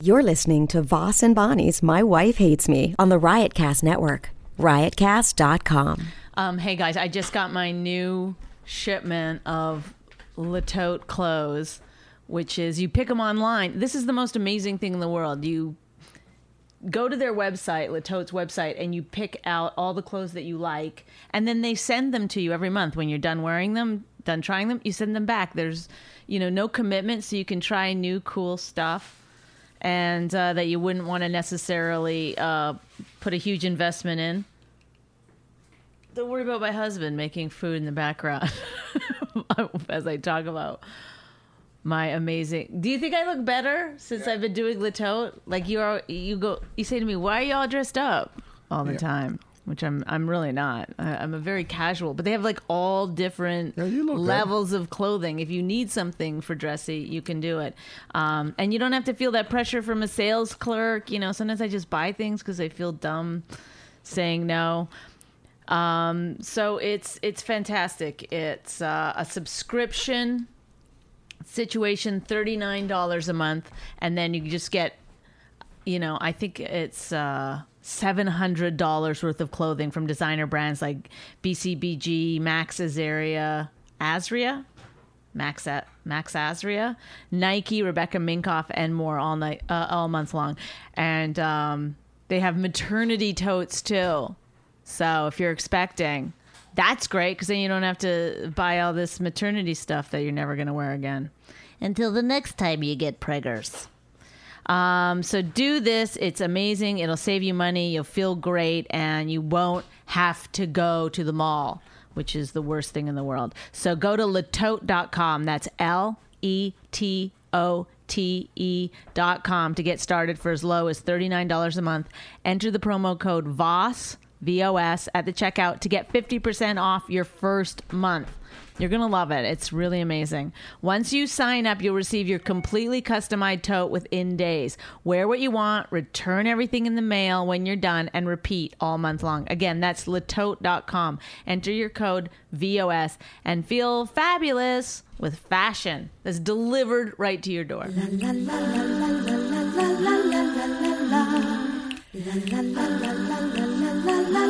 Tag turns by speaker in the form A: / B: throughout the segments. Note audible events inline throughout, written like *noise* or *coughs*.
A: You're listening to Voss and Bonnie's My Wife Hates Me on the Riotcast Network, riotcast.com.
B: Um, hey guys, I just got my new shipment of Latote clothes, which is you pick them online. This is the most amazing thing in the world. You go to their website, Latote's website, and you pick out all the clothes that you like, and then they send them to you every month. When you're done wearing them, done trying them, you send them back. There's, you know, no commitment, so you can try new cool stuff. And uh, that you wouldn't want to necessarily uh, put a huge investment in. Don't worry about my husband making food in the background *laughs* as I talk about my amazing. Do you think I look better since I've been doing Latote? Like you are, you go, you say to me, "Why are y'all dressed up all the
C: Yeah.
B: time?" Which I'm, I'm really not. I, I'm a very casual, but they have like all different
C: Yeah, you look good.
B: levels of clothing. If you need something for dressy, you can do it, um, and you don't have to feel that pressure from a sales clerk. You know, sometimes I just buy things because I feel dumb saying no. Um, so it's it's fantastic. It's uh, a subscription situation, thirty nine dollars a month, and then you just get, you know, I think it's uh, seven hundred dollars worth of clothing from designer brands like BCBG, Max Azaria, Azria. Max A- Max Azria, Nike, Rebecca Minkoff, and more all night, uh, all month long, and um, they have maternity totes too. So if you're expecting, that's great because then you don't have to buy all this maternity stuff that you're never going to wear again until the next time you get preggers. Um, so do this. It's amazing. It'll save you money. You'll feel great and you won't have to go to the mall, which is the worst thing in the world. So go to latote.com. That's L E T O T E dot com to get started for as low as $39 a month. Enter the promo code VOS, V O S, at the checkout to get 50% off your first month. You're going to love it. It's really amazing. Once you sign up, you'll receive your completely customized tote within days. Wear what you want, return everything in the mail when you're done, and repeat all month long. Again, that's latote.com. Enter your code VOS and feel fabulous with fashion that's delivered right to your door.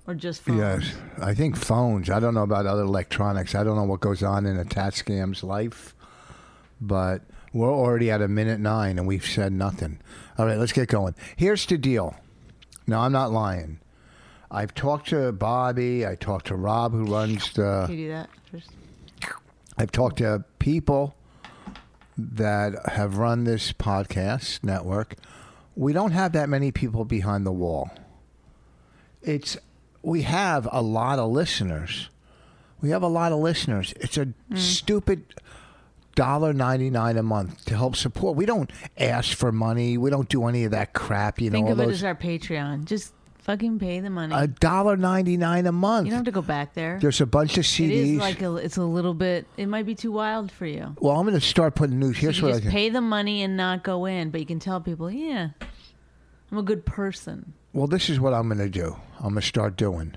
B: or just phones?
C: Yes, I think phones. I don't know about other electronics. I don't know what goes on in a Tatscam's life, but we're already at a minute nine and we've said nothing. All right, let's get going. Here's the deal. No, I'm not lying. I've talked to Bobby. I talked to Rob, who runs the.
B: Can you do that first?
C: I've talked to people that have run this podcast network. We don't have that many people behind the wall. It's we have a lot of listeners. We have a lot of listeners. It's a
B: Hmm.
C: stupid dollar ninety nine a month to help support. We don't ask for money. We don't do any of that crap. You
B: Think
C: know,
B: of
C: all
B: it
C: those
B: as our Patreon. Just fucking pay the money.
C: a
B: you
C: dollar ninety nine a month.
B: don't have to go back there.
C: There's a bunch of
B: It
C: CDs.
B: is like a, it's a little bit. It might be too wild for you.
C: well, I'm going to start putting news. Here's
B: You
C: what I
B: just
C: think.
B: pay the money and not go in, but you can tell people, yeah, I'm a good person.
C: Well, this is what I'm going to do. I'm going to start doing.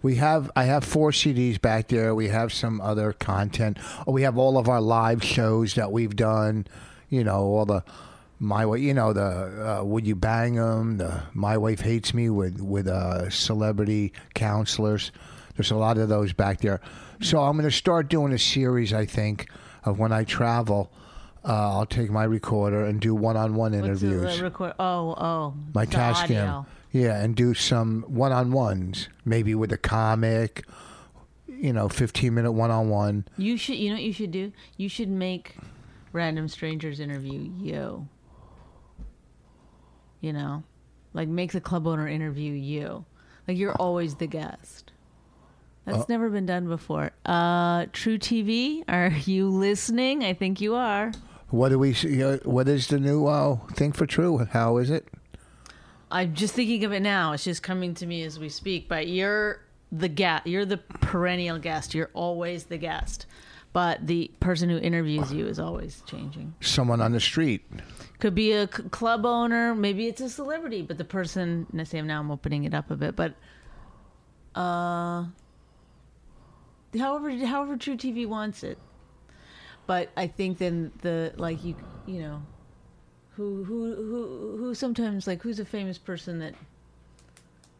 C: We have I have four CDs back there. We have some other content. Oh, we have all of our live shows that we've done. You know all the my way. You know the uh, would you bang them? The my wife hates me with with uh, celebrity counselors. There's a lot of those back there. So I'm going to start doing a series. I think of when I travel, uh, I'll take my recorder and do one-on-one
B: What's the
C: interviews
B: record? Oh, oh,
C: my
B: the
C: task cam.
B: audio.
C: Yeah, and do some one on ones, maybe with a comic, you know, 15 minute one on one.
B: You should. You know what you should do? You should make random strangers interview you. You know, like make the club owner interview you. Like you're always the guest. That's
C: Uh.
B: never been done before. Uh, True TV, are you listening? I think you are.
C: What do we see? uh, What is the new uh, thing for True? How is it?
B: I'm just thinking of it now. It's just coming to me as we speak. But you're the guest. You're the perennial guest. You're always the guest. But the person who interviews you is always changing.
C: Someone on the street.
B: could be a c- club owner maybe it's a celebrity but the person and i say now i'm opening it up a bit but uh however however true tv wants it but i think then the like you you know who who who who sometimes like who's a famous person that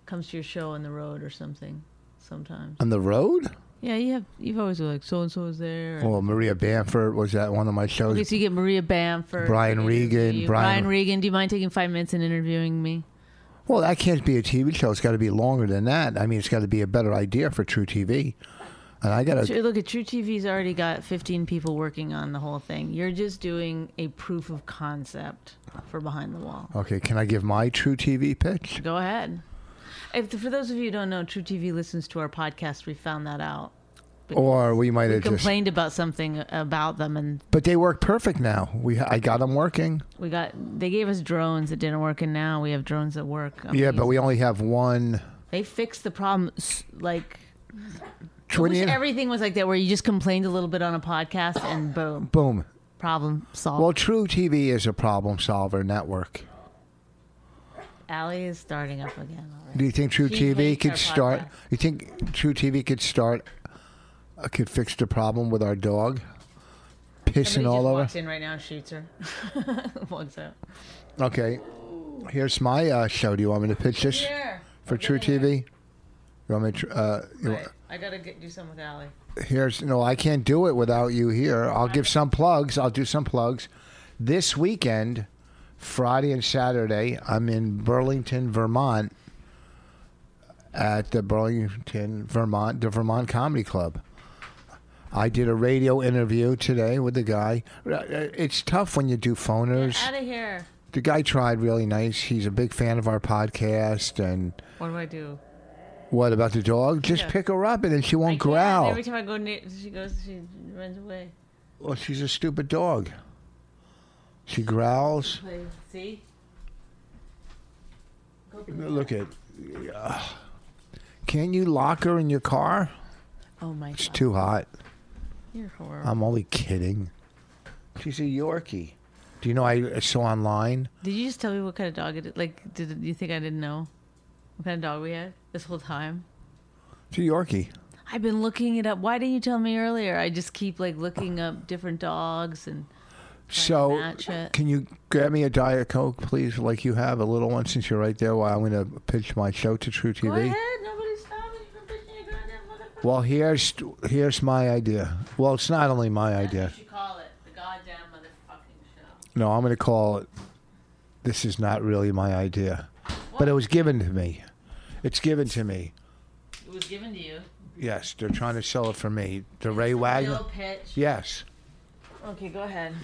B: comes to your show on the road or something sometimes
C: On the road?
B: yeah you have you've always like so and so is there
C: Well, Maria Bamford was at one of my shows.
B: Okay, so you get Maria Bamford,
C: Brian
B: to interview
C: Regan,
B: you.
C: Brian-
B: Brian Regan. Do you mind taking five minutes and interviewing me?
C: Well, that can't be a TV show. It's got to be longer than that. I mean, it's got to be a better idea for True TV. And I got to.
B: True- Look at True TV's already got 15 people working on the whole thing. You're just doing a proof of concept for behind the wall.
C: Okay, can I give my True TV pitch?
B: Go ahead. If for those of you who don't know, True TV listens to our podcast. We found that out.
C: Or we might
B: We
C: have just.
B: complained about something about them, and
C: But they work perfect now. We I got them working.
B: we got they gave us drones that didn't work, and now we have drones that work.
C: Yeah, but we only have one.
B: they fixed the problem. s- Like I wish
C: 20
B: everything was like that, where you just complained a little bit on a podcast, and boom,
C: boom.
B: problem solved.
C: Well, True TV is a problem solver network.
B: Allie is starting up again already.
C: Do you think True
B: She
C: TV
B: hates
C: could
B: our
C: start?
B: podcast.
C: You think True TV could start? Uh, could fix the problem with our dog pissing
B: Somebody
C: all
B: just
C: over.
B: Walks in right now, and shoots her. *laughs* Walks out.
C: Okay, here's my uh, show. Do you want me to pitch this for True TV? You want me? To, tr- uh, you wa-
B: I gotta get, do something with Allie.
C: here's no i can't do it without you here i'll give some plugs i'll do some plugs this weekend friday and saturday i'm in burlington vermont at the burlington vermont the vermont comedy club i did a radio interview today with the guy Uh, it's tough when you do phoners
B: Out of here.
C: the guy tried really nice he's a big fan of our podcast and
B: What do I do?
C: what about the dog just
B: Yeah.
C: pick her up and then she won't
B: I can't.
C: growl
B: Every time I go near, she goes. She runs away.
C: Well, she's a stupid dog. She growls.
B: Like, see?
C: Look at. Ugh. Can you lock her in your car?
B: Oh my god,
C: It's too hot.
B: you're horrible.
C: I'm only kidding. She's a Yorkie. Do you know I saw online?
B: did you just tell me what kind of dog it is? Like, did you think I didn't know what kind of dog we had this whole time?
C: It's a Yorkie.
B: I've been looking it up. Why didn't you tell me earlier? I just keep like looking up different dogs and
C: So,
B: match it.
C: can you grab me a Diet Coke, please? Like you have a little one since you're right there. While I'm going to pitch my show to True
B: go
C: TV.
B: ahead. Nobody's stopping you from pitching your goddamn motherfucker.
C: Well, here's here's my idea. Well, it's not only my idea.
B: You should call it the goddamn motherfucking show.
C: No, I'm going to call it. This is not really my idea, but it was given to me. It's given to me.
B: It was given to you.
C: Yes, they're trying to sell it for me. The Ray Wagner.
B: Bill pitch.
C: Yes,
B: Okay, go ahead.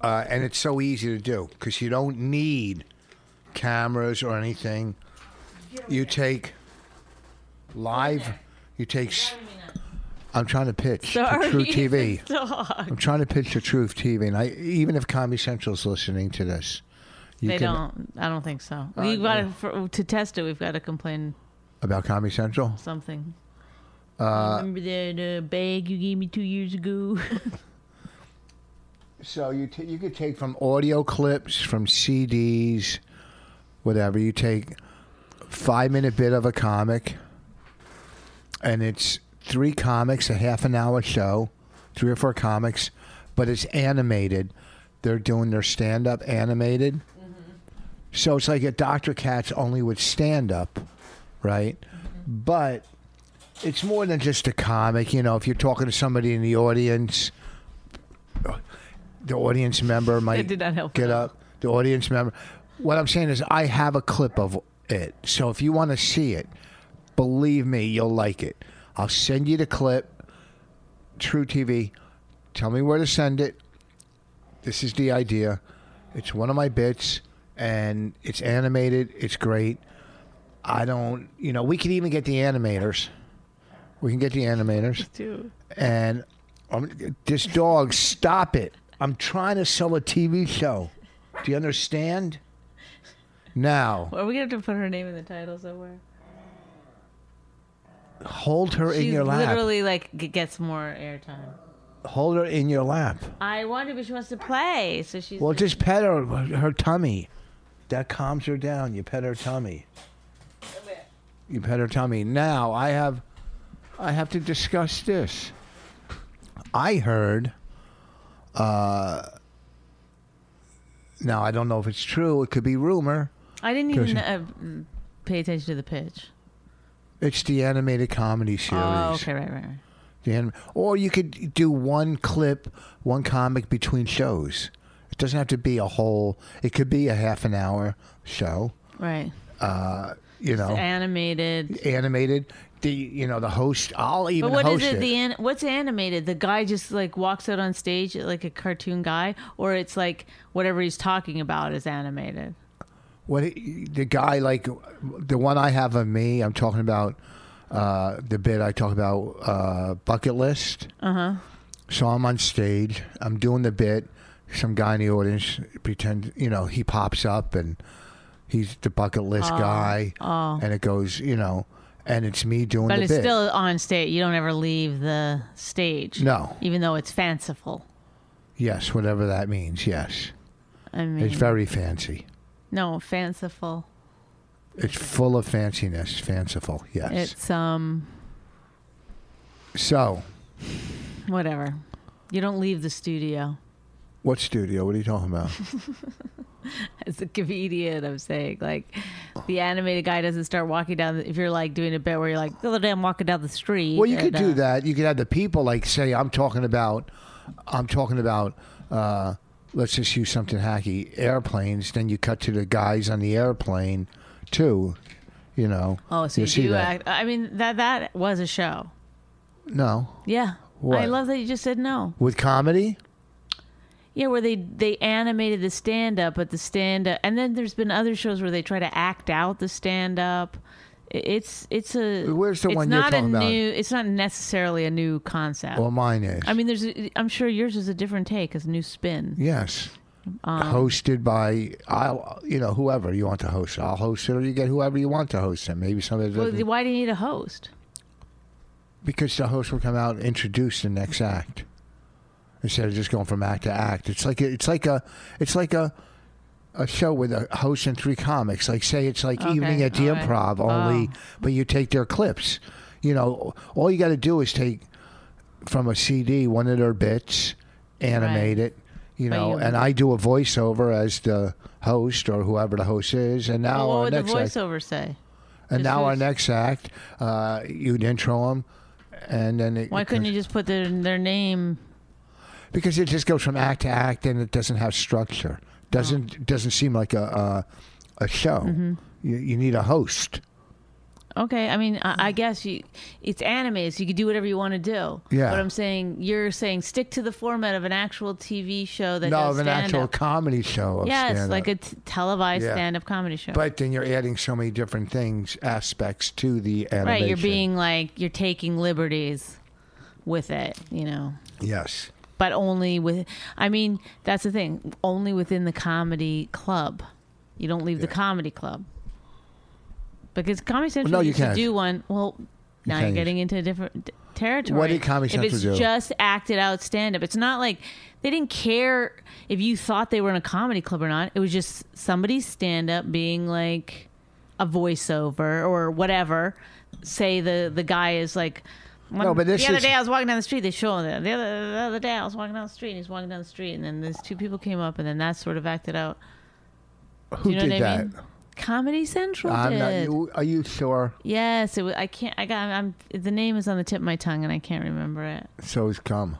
C: uh, and it's so easy to do because you don't need cameras or anything. You take live. You take. s- I'm trying to pitch to True TV.
B: Dog.
C: I'm trying to pitch to Truth TV, and I even if Comedy Central's listening to this, you
B: They
C: can Oh,
B: don't. I don't think so. We've got to, for, to test it. We've got to complain
C: about Comedy Central.
B: something. *laughs* Uh, Remember the, the bag you gave me two years ago?
C: So you t- you could take from audio clips, from CDs, whatever. You take five minute bit of a comic, and it's three comics, a half an hour show, three or four comics, but it's animated. They're doing their stand up animated. So it's like a Dr. Katz only with stand up, right? But it's more than just a comic. You know, if you're talking to somebody in the audience, the audience member might
B: did not help.
C: get up. The audience member. What I'm saying is, I have a clip of it. So if you want to see it, believe me, you'll like it. I'll send you the clip. True TV. Tell me where to send it. This is the idea. It's one of my bits, and it's animated. It's great. I don't, you know, we can even get the animators. We can get the animators.
B: too.
C: And um, this dog, stop it. I'm trying to sell a TV show. Do you understand? Now,
B: Are we gonna have to put her name in the title somewhere?
C: hold her in
B: She
C: your lap.
B: literally like g- gets more airtime.
C: Hold her in your lap.
B: I want to, but she wants to play, so she's.
C: Well, just pet her, her tummy. That calms her down. You pet her tummy. You pet her tummy. Now I have, I have to discuss this. I heard. Uh, now I don't know if it's true. It could be rumor.
B: I didn't even
C: Gotcha.
B: uh, mm, pay attention to the pitch.
C: It's the animated comedy series.
B: Oh, okay, right, right, right.
C: The anim- or you could do one clip, one comic between shows. It doesn't have to be a whole. It could be a half an hour show.
B: Right.
C: Uh, you know,
B: Animated.
C: animated. The you know the host. I'll even
B: But what is
C: host
B: it?
C: it.
B: The an- what's animated? The guy just like walks out on stage like a cartoon guy, or it's like whatever he's talking about is animated.
C: what the guy like the one I have of me. I'm talking about uh, the bit I talk about uh, bucket list. Uh huh.
B: Uh-huh.
C: So I'm on stage. I'm doing the bit. Some guy in the audience pretend you know he pops up and he's the bucket list guy. Oh. And it goes you know, and it's me doing
B: But
C: the
B: it's
C: bit.
B: still on stage. You don't ever leave the stage.
C: No.
B: Even though it's fanciful.
C: yes, whatever that means. Yes,
B: I mean,
C: it's very fancy.
B: no, fanciful.
C: It's full of fanciness, fanciful. Yes.
B: It's um
C: so,
B: whatever. You don't leave the studio. *laughs*
C: what studio? What are you talking about?
B: As a comedian, I'm saying like the animated guy doesn't start walking down. The, if you're like doing a bit where you're like, the other day I'm walking down the street.
C: Well, you
B: and,
C: could
B: uh,
C: do that. You could have the people like say, "I'm talking about, I'm talking about." Uh, let's just use something hacky: airplanes. Then you cut to the guys on the airplane, too. You know.
B: Oh, so you,
C: You'll see
B: do
C: that.
B: act. I mean, that that was a show.
C: No,
B: Yeah. I
C: What?
B: love that you just said no.
C: with comedy.
B: Yeah, where they they animated the stand up, but the stand up, and then there's been other shows where they try to act out the stand up. It's it's a
C: Where's the
B: it's
C: one you're
B: not
C: talking
B: a
C: about?
B: new it's not necessarily a new concept.
C: Well, mine is.
B: I mean, there's a, I'm sure yours is a different take, is a new spin.
C: yes.
B: Um,
C: Hosted by I'll you know whoever you want to host. I'll host it, or you get whoever you want to host it. Maybe somebody
B: Well,
C: doesn't-
B: why do you need a host?
C: because the host will come out and introduce the next act instead of just going from act to act. It's like a, it's like a it's like a a show with a host and three comics. Like say it's like
B: Okay,
C: evening at the
B: all right. Oh.
C: improv only, but you take their clips. You know, all you got to do is take from a CD one of their bits, animate
B: Right.
C: it. You
B: But
C: know,
B: you-
C: and I do a voiceover as the host or whoever the host is, and now
B: what
C: our
B: would the
C: Oh, next act.
B: voiceover say?
C: And
B: This
C: now our
B: is-
C: next act, uh, you'd intro them, and then it,
B: Why
C: it
B: couldn't
C: goes-
B: you just put their their name?
C: Because it just goes from act to act, and it doesn't have structure. Doesn't
B: Oh.
C: doesn't seem like a a, a show.
B: Mm-hmm.
C: You, you need a host.
B: Okay, I mean, I, I guess you, it's animated, so you can do whatever you want to do.
C: Yeah.
B: But I'm saying you're saying stick to the format of an actual TV show that
C: no,
B: does
C: of an
B: stand
C: actual
B: up.
C: comedy show. Of
B: yes,
C: stand-up.
B: like a t- televised
C: Yeah.
B: stand-up comedy show.
C: But then you're adding so many different things, aspects to the animation.
B: right, you're being like you're taking liberties with it, you know.
C: yes.
B: But only with, I mean, that's the thing. Only within the comedy club, you don't leave the
C: Yeah.
B: comedy club because Comedy Central
C: no, you
B: used to
C: can't.
B: do one. Well, now you're
C: can't.
B: getting into a different d- territory.
C: What did Comedy
B: if
C: Central
B: it's
C: do?
B: just acted out stand up, it's not like they didn't care if you thought they were in a comedy club or not. It was just somebody stand up being like a voiceover or whatever. Say the the guy is like. one-
C: No, but this
B: the other
C: is-
B: day I was walking down the street. They show him the other, the other day I was walking down the street. and He's walking down the street, and then these two people came up, and then that sort of acted out.
C: Who
B: you know
C: did
B: what I
C: that?
B: mean? Comedy Central
C: I'm
B: did.
C: not. you- Are you sure?
B: Yes, it was, I can't. I got. I'm. The name is on the tip of my tongue, and I can't remember it.
C: So
B: *laughs*
C: is come.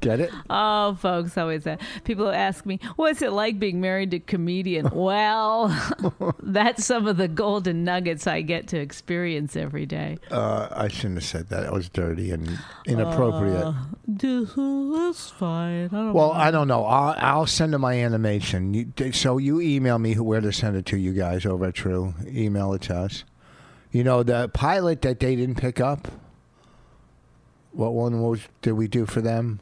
C: Get it?
B: Oh, folks, always that. People ask me, "What's it like being married to a
C: *laughs*
B: comedian?" well, *laughs* that's some of the golden nuggets I get to experience every day.
C: Uh, I shouldn't have said that. It was dirty and inappropriate.
B: Uh. That's fine. I don't
C: well, I don't know. I'll, I'll send them my animation. You, so you email me who- where to send it to you guys over at True. Email it to us. You know the pilot that they didn't pick up. What one was did we do for them?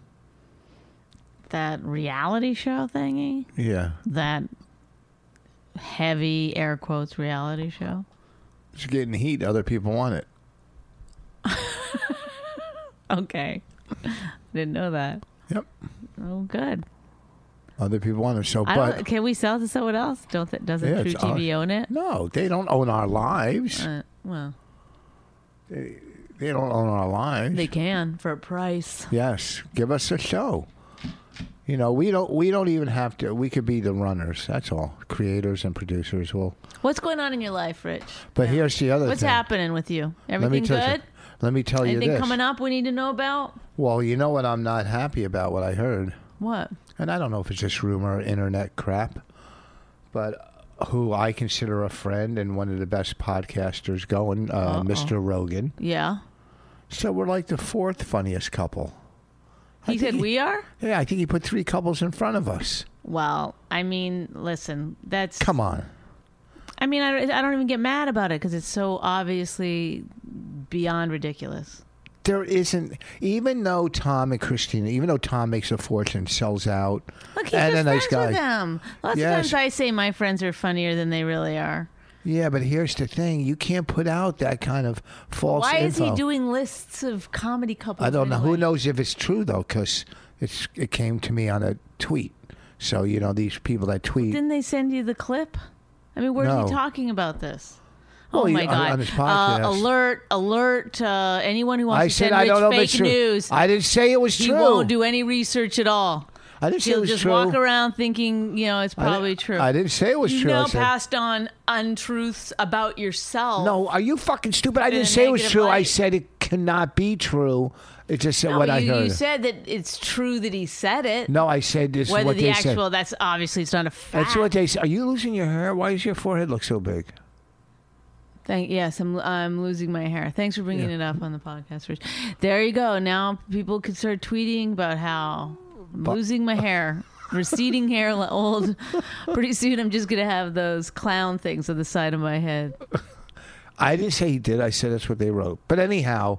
B: that reality show thingy.
C: Yeah,
B: That heavy air quotes reality show.
C: it's getting heat. Other people want it.
B: Okay, *laughs* didn't know that.
C: Yep.
B: Oh, good.
C: Other people want it. So,
B: I
C: but
B: don't, can we sell to someone else? Don't th- doesn't
C: Yeah,
B: True
C: it's
B: TV
C: ours.
B: own it?
C: no, they don't own our lives.
B: Uh, well,
C: They don't own our lives.
B: they can for a price.
C: Yes, give us a show. You know, we don't we don't even have to. We could be the runners. That's all. Creators and producers will.
B: What's going on in your life, Rich?
C: But here's the other
B: What's
C: thing.
B: happening with you?
C: Let me
B: Everything
C: tell
B: good?
C: you. Let me tell you
B: Anything
C: this.
B: coming up we need to know about?
C: Well, you know what I'm not happy about. What I heard,
B: What?
C: and I don't know if it's just rumor or internet crap, but who I consider a friend and one of the best podcasters going, uh, Mr. Rogan.
B: Yeah.
C: So we're like the fourth funniest couple.
B: He said
C: think-
B: we are?
C: Yeah, I think he put three couples in front of us.
B: Well, I mean, listen, that's.
C: Come on.
B: I mean, I, I don't even get mad about it because it's so obviously beyond ridiculous.
C: there isn't even though Tom and Christina, even though Tom makes a fortune, sells out,
B: Look, he's
C: and
B: just
C: a nice
B: friends
C: guy.
B: with them. Lots
C: Yes.
B: of times I say my friends are funnier than they really are.
C: Yeah, but here's the thing: you can't put out that kind of false.
B: Why is he
C: info.
B: doing lists of comedy couples?
C: I don't know. Who
B: anyway?
C: knows if it's true though? Because it's it came to me on a tweet. So you know these people that tweet.
B: Didn't they send you the clip? I mean, where's
C: No.
B: he talking about this?
C: Well,
B: oh
C: you-
B: my
C: on-
B: God!
C: on his podcast.
B: Uh, alert! Alert! Uh, anyone who wants
C: I
B: to
C: said
B: send
C: I
B: Rich
C: don't know if
B: fake
C: it's true.
B: news,
C: I didn't say it was
B: he
C: true.
B: won't do any research at all.
C: I didn't say it
B: He'll
C: was
B: just
C: true.
B: walk around thinking, you know, it's
C: I didn't-
B: probably true.
C: I didn't say it was
B: You've
C: true. I
B: now
C: said-
B: passed on untruths about yourself.
C: no, are you fucking stupid? I
B: In a
C: didn't say it was
B: negative
C: true. I
B: light.
C: said it cannot be true. It's just
B: No,
C: what
B: you,
C: I
B: you
C: heard.
B: said that it's true that he said it.
C: no, I said this is
B: Whether
C: what
B: the
C: they
B: actual,
C: said.
B: that's obviously it's not a fact.
C: That's what they say. Are you losing your hair? Why does your forehead look so big?
B: Thank yes, I'm I'm losing my hair. Thanks for bringing
C: Yeah.
B: it up on the podcast, Rich. There you go. Now people could start tweeting about how I'm losing my
C: *laughs*
B: hair, receding hair, li- old. Pretty soon, I'm just gonna have those clown things on the side of my head.
C: I didn't say he did. I said that's what they wrote. But anyhow,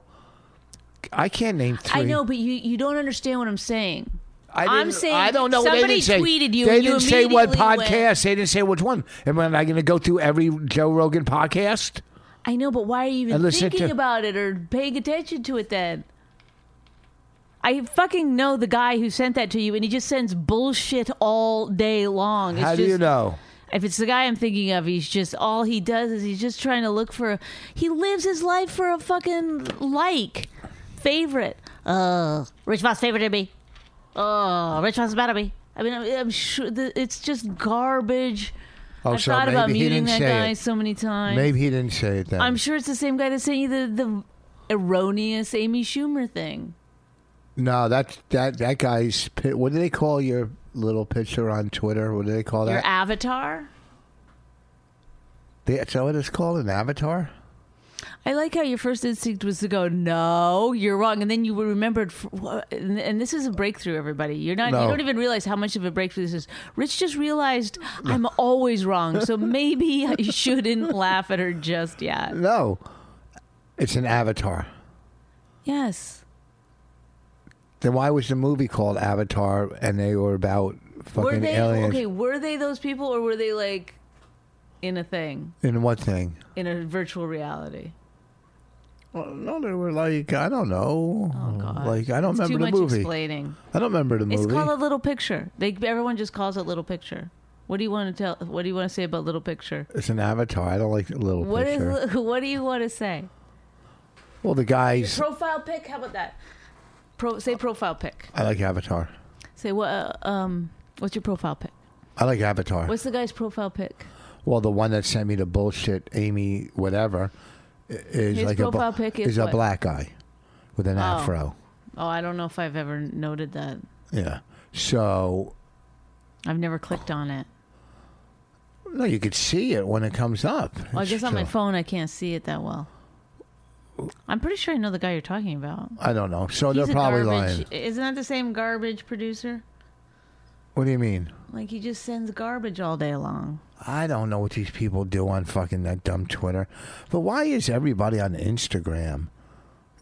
C: I can't name three.
B: I know, but you you don't understand what I'm saying.
C: I
B: I'm
C: didn't-
B: saying
C: I don't know. they
B: somebody
C: didn't say,
B: tweeted you
C: They
B: and you
C: didn't say what
B: immediately went-
C: podcast. They didn't say which one. Am I going to go through every Joe Rogan podcast?
B: I know, but why are you
C: And
B: even
C: listen
B: thinking
C: to-
B: about it or paying attention to it then? I fucking know the guy who sent that to you, and he just sends bullshit all day long. It's
C: How do
B: just-
C: you know?
B: If it's the guy I'm thinking of, he's just all he does is he's just trying to look for. He lives his life for a fucking like, favorite. Uh, Rich Voss favorite to me. Oh, Rich Voss is mad at me. I mean, I'm, I'm sure the, it's just garbage.
C: Oh,
B: I've
C: so
B: thought about
C: maybe he
B: muting
C: didn't
B: that
C: say
B: guy
C: it.
B: so many times.
C: Maybe he didn't say it then.
B: I'm sure it's the same guy that sent you the, the erroneous Amy Schumer thing.
C: no, that that that guy's. pi- What do they call your little picture on Twitter? What do they call
B: Your
C: that?
B: avatar.
C: They- Is that what it's called? An avatar?
B: I like how your first instinct was to go, "No, you're wrong," and then you remembered. f- wha- And and this is a breakthrough, everybody. You're not.
C: No.
B: You don't even realize how much of a breakthrough this is. Rich just realized I'm always wrong, so maybe *laughs* I shouldn't laugh at her just yet.
C: No, it's an avatar.
B: Yes,
C: Then why was the movie called Avatar and they were about fucking
B: were they
C: aliens?
B: okay? Were they those people, or were they like in a thing,
C: In what thing?
B: in a virtual reality?
C: Well, no, they were like I don't know.
B: Oh, God.
C: Like I don't
B: It's too
C: remember the
B: much
C: movie.
B: explaining.
C: I don't remember the movie.
B: It's called a little picture. They everyone just calls it little picture. What do you want to tell? What do you want to say about little picture?
C: It's an avatar. I don't like the little
B: What is?
C: picture.
B: *laughs* What do you want to say?
C: well, the guys.
B: *laughs* Profile pic. How about that? Pro, say profile pic.
C: I like Avatar.
B: Say what? Uh, um, what's your profile pic?
C: I like Avatar.
B: What's the guy's profile pic?
C: well, the one that sent me the bullshit Amy whatever i- is
B: His
C: like a bu-
B: profile pic is
C: a
B: what?
C: black guy with an afro.
B: Oh, I don't know if I've ever noted that.
C: Yeah. So
B: I've never clicked on it.
C: no, you could see it when it comes up.
B: Well, I
C: It's
B: guess on my
C: still-
B: phone I can't see it that well. I'm pretty sure I know the guy you're talking about.
C: I don't know.
B: He's
C: So Oh, they're
B: a
C: probably
B: garbage.
C: lying.
B: Isn't that the same garbage producer?
C: What do you mean?
B: Like he just sends garbage all day long.
C: I don't know what these people do on fucking that dumb Twitter. But why is everybody on Instagram?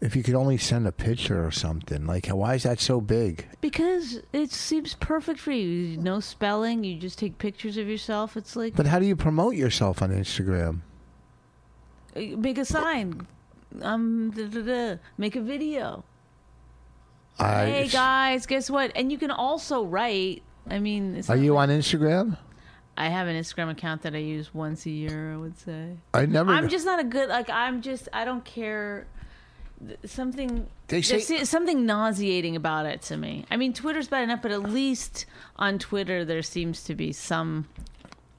C: If you could only send a picture or something, like why is that so big?
B: Because it seems perfect for you. No spelling. You just take pictures of yourself. It's like
C: But how do you promote yourself on Instagram?
B: uh, make a sign. Um, da, da, da. make a video.
C: I,
B: hey guys, guess what? And you can also write. I mean, it's
C: Are
B: not
C: you
B: like-
C: on Instagram?
B: I have an Instagram account that I use once a year. I would say.
C: I never.
B: I'm just not a good like. I'm just. I don't care. Th- Something
C: They say-
B: there's something nauseating about it to me. I mean, Twitter's bad enough, but at least on Twitter there seems to be some.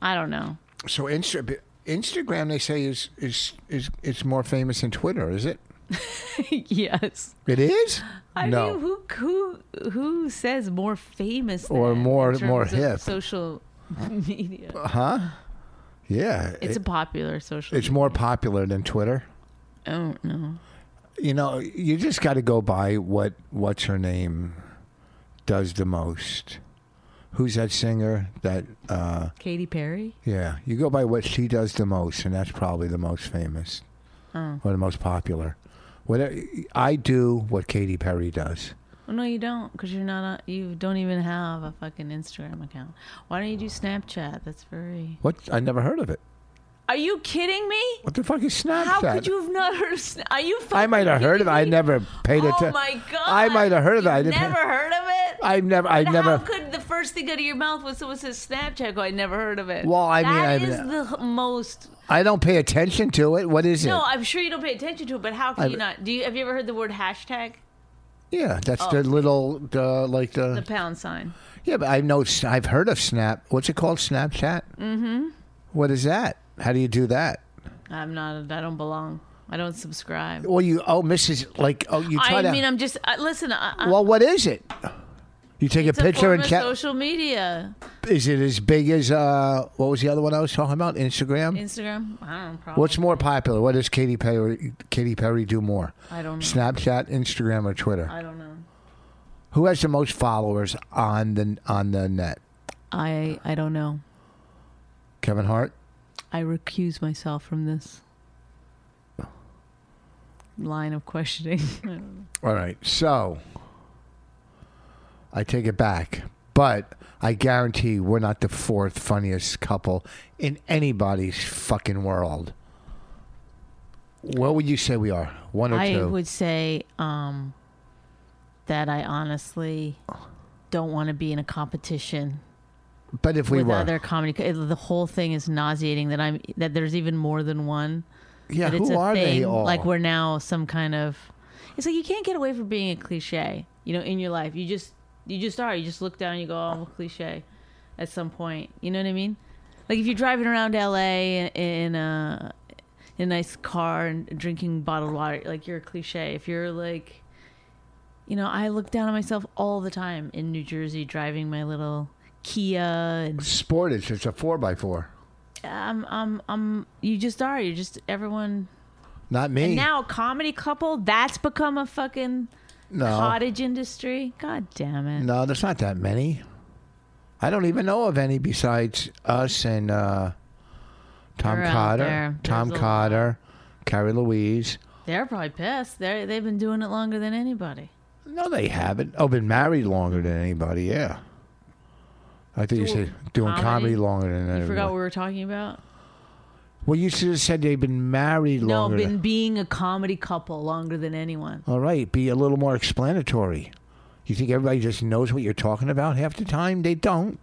B: I don't know.
C: so Insta- Instagram. They say is is is it's more famous than Twitter. Is it?
B: *laughs* yes.
C: It is.
B: I
C: no.
B: mean, who who who says more famous
C: Or
B: than
C: more-
B: in terms
C: more
B: of
C: hip.
B: social *laughs* media?
C: huh? Yeah.
B: It's
C: It-
B: a popular social.
C: it's more popular than Twitter.
B: I don't know.
C: You know, you just got to go by what what's her name does the most. Who's that singer? That uh
B: Katy Perry.
C: yeah, you go by what she does the most, and that's probably the most famous
B: Mm.
C: or the most popular. What I do, what Katy Perry does.
B: Well, no, you don't, because you're not. A, you don't even have a fucking Instagram account. Why don't you do Snapchat? That's very.
C: What I never heard of it.
B: Are you kidding me?
C: What the fuck is Snapchat?
B: How could you have not heard? Of Sna- Are you? Fucking
C: I might have heard of it. I
B: kidding me?
C: never paid
B: Oh
C: attention.
B: my god!
C: I might have heard of it. I
B: You've
C: didn't.
B: Never heard of it.
C: I've never. I've
B: But
C: never.
B: How could the first thing out of your mouth was someone says Snapchat? Oh, I never heard of it.
C: Well, I mean,
B: That
C: I've-
B: is the h- most.
C: I don't pay attention to it. What is
B: No,
C: it?
B: I'm sure you don't pay attention to it, but how can
C: I-
B: you not? Do you have you ever heard the word hashtag?
C: Yeah, that's the little, the like
B: Oh. The pound sign.
C: Yeah, but I know I've heard of Snap. What's it called? Snapchat. Mm-hmm. What is that? How do you do that?
B: I'm not. I don't belong. I don't subscribe.
C: Well, you oh, Mrs. Like oh, you try
B: I
C: to.
B: mean, I'm just uh, listen. I, I,
C: well, what is it? You take
B: it's
C: a
B: a
C: picture
B: form
C: and
B: of
C: ca-
B: social media,
C: is it as big as uh what was the other one I was talking about? Instagram.
B: Instagram. I don't know. Probably.
C: What's more popular? What does Katy Perry Katy Perry do more?
B: I don't know.
C: Snapchat, Instagram, or Twitter?
B: I don't know.
C: Who has the most followers on the on the net?
B: I I don't know.
C: Kevin Hart.
B: I recuse myself from this
C: Oh.
B: line of questioning. *laughs* I don't know.
C: All right. So I take it back. But I guarantee we're not the fourth funniest couple in anybody's fucking world. What would you say we are? One or
B: I
C: two?
B: would say um, that I honestly don't want to be in a competition
C: but if we
B: with
C: were,
B: other comedy. it- The whole thing is nauseating. That I'm that there's even more than one.
C: yeah,
B: That it's
C: who
B: a
C: are
B: thing.
C: they all?
B: Like we're now some kind of. It's like you can't get away from being a cliche. You know, in your life, you just you just are. You just look down and you go, "Oh, I'm a cliche." At some point, you know what I mean? Like if you're driving around LA in a in a nice car and drinking bottled water, like you're a cliche. If you're like, you know, I look down on myself all the time in New Jersey driving my little Kia and
C: Sportage. It's a four by four.
B: I'm I'm I'm you just are. You're just everyone
C: Not me.
B: and now comedy couple, that's become a fucking
C: no,
B: cottage industry. God damn it.
C: Oh. no, there's not that many. I don't even know of any besides us and uh, Tom
B: They're out
C: Cotter,
B: there.
C: Tom
B: There's a lot.
C: Cotter, Carrie Louise.
B: They're probably pissed. They they've been doing it longer than anybody.
C: No, they haven't. Oh, been married longer than anybody. Yeah, I think you
B: Doing
C: said doing comedy,
B: comedy?
C: longer than
B: You
C: anybody.
B: forgot what we were talking about?
C: Well, you should have said they've been married
B: No,
C: longer.
B: been being a comedy couple longer than anyone.
C: All right, be a little more explanatory. You think everybody just knows what you're talking about half the time? They don't.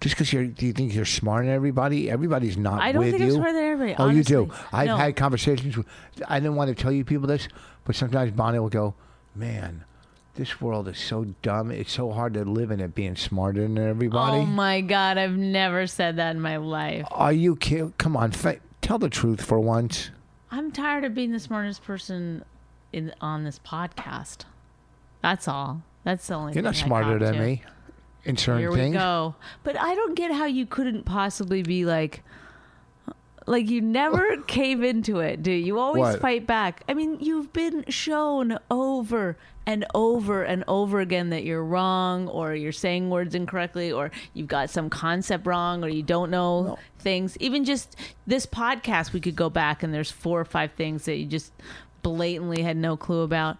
C: Just because you're, do you think you're smarter than everybody? Everybody's not
B: I don't
C: with
B: think I'm
C: you.
B: smarter than everybody,
C: Oh, you do.
B: honestly.
C: I've
B: No.
C: had conversations. With, I didn't want to tell you people this, but sometimes Bonnie will go, "Man, this world is so dumb. It's so hard to live in it being smarter than everybody."
B: Oh my god, I've never said that in my life.
C: Are you kidding? Come on, fa- tell the truth for once.
B: I'm tired of being the smartest person in on this podcast. That's all. That's the only.
C: You're not
B: thing I
C: smarter
B: got
C: than
B: to.
C: me in certain
B: Here
C: things.
B: we go. But I don't get how you couldn't possibly be like. Like you never cave into it, do you? You always
C: What?
B: fight back. I mean, you've been shown over and over and over again that you're wrong, or you're saying words incorrectly, or you've got some concept wrong, or you don't know things. Even just this podcast, we could go back and there's four or five things that you just blatantly had no clue about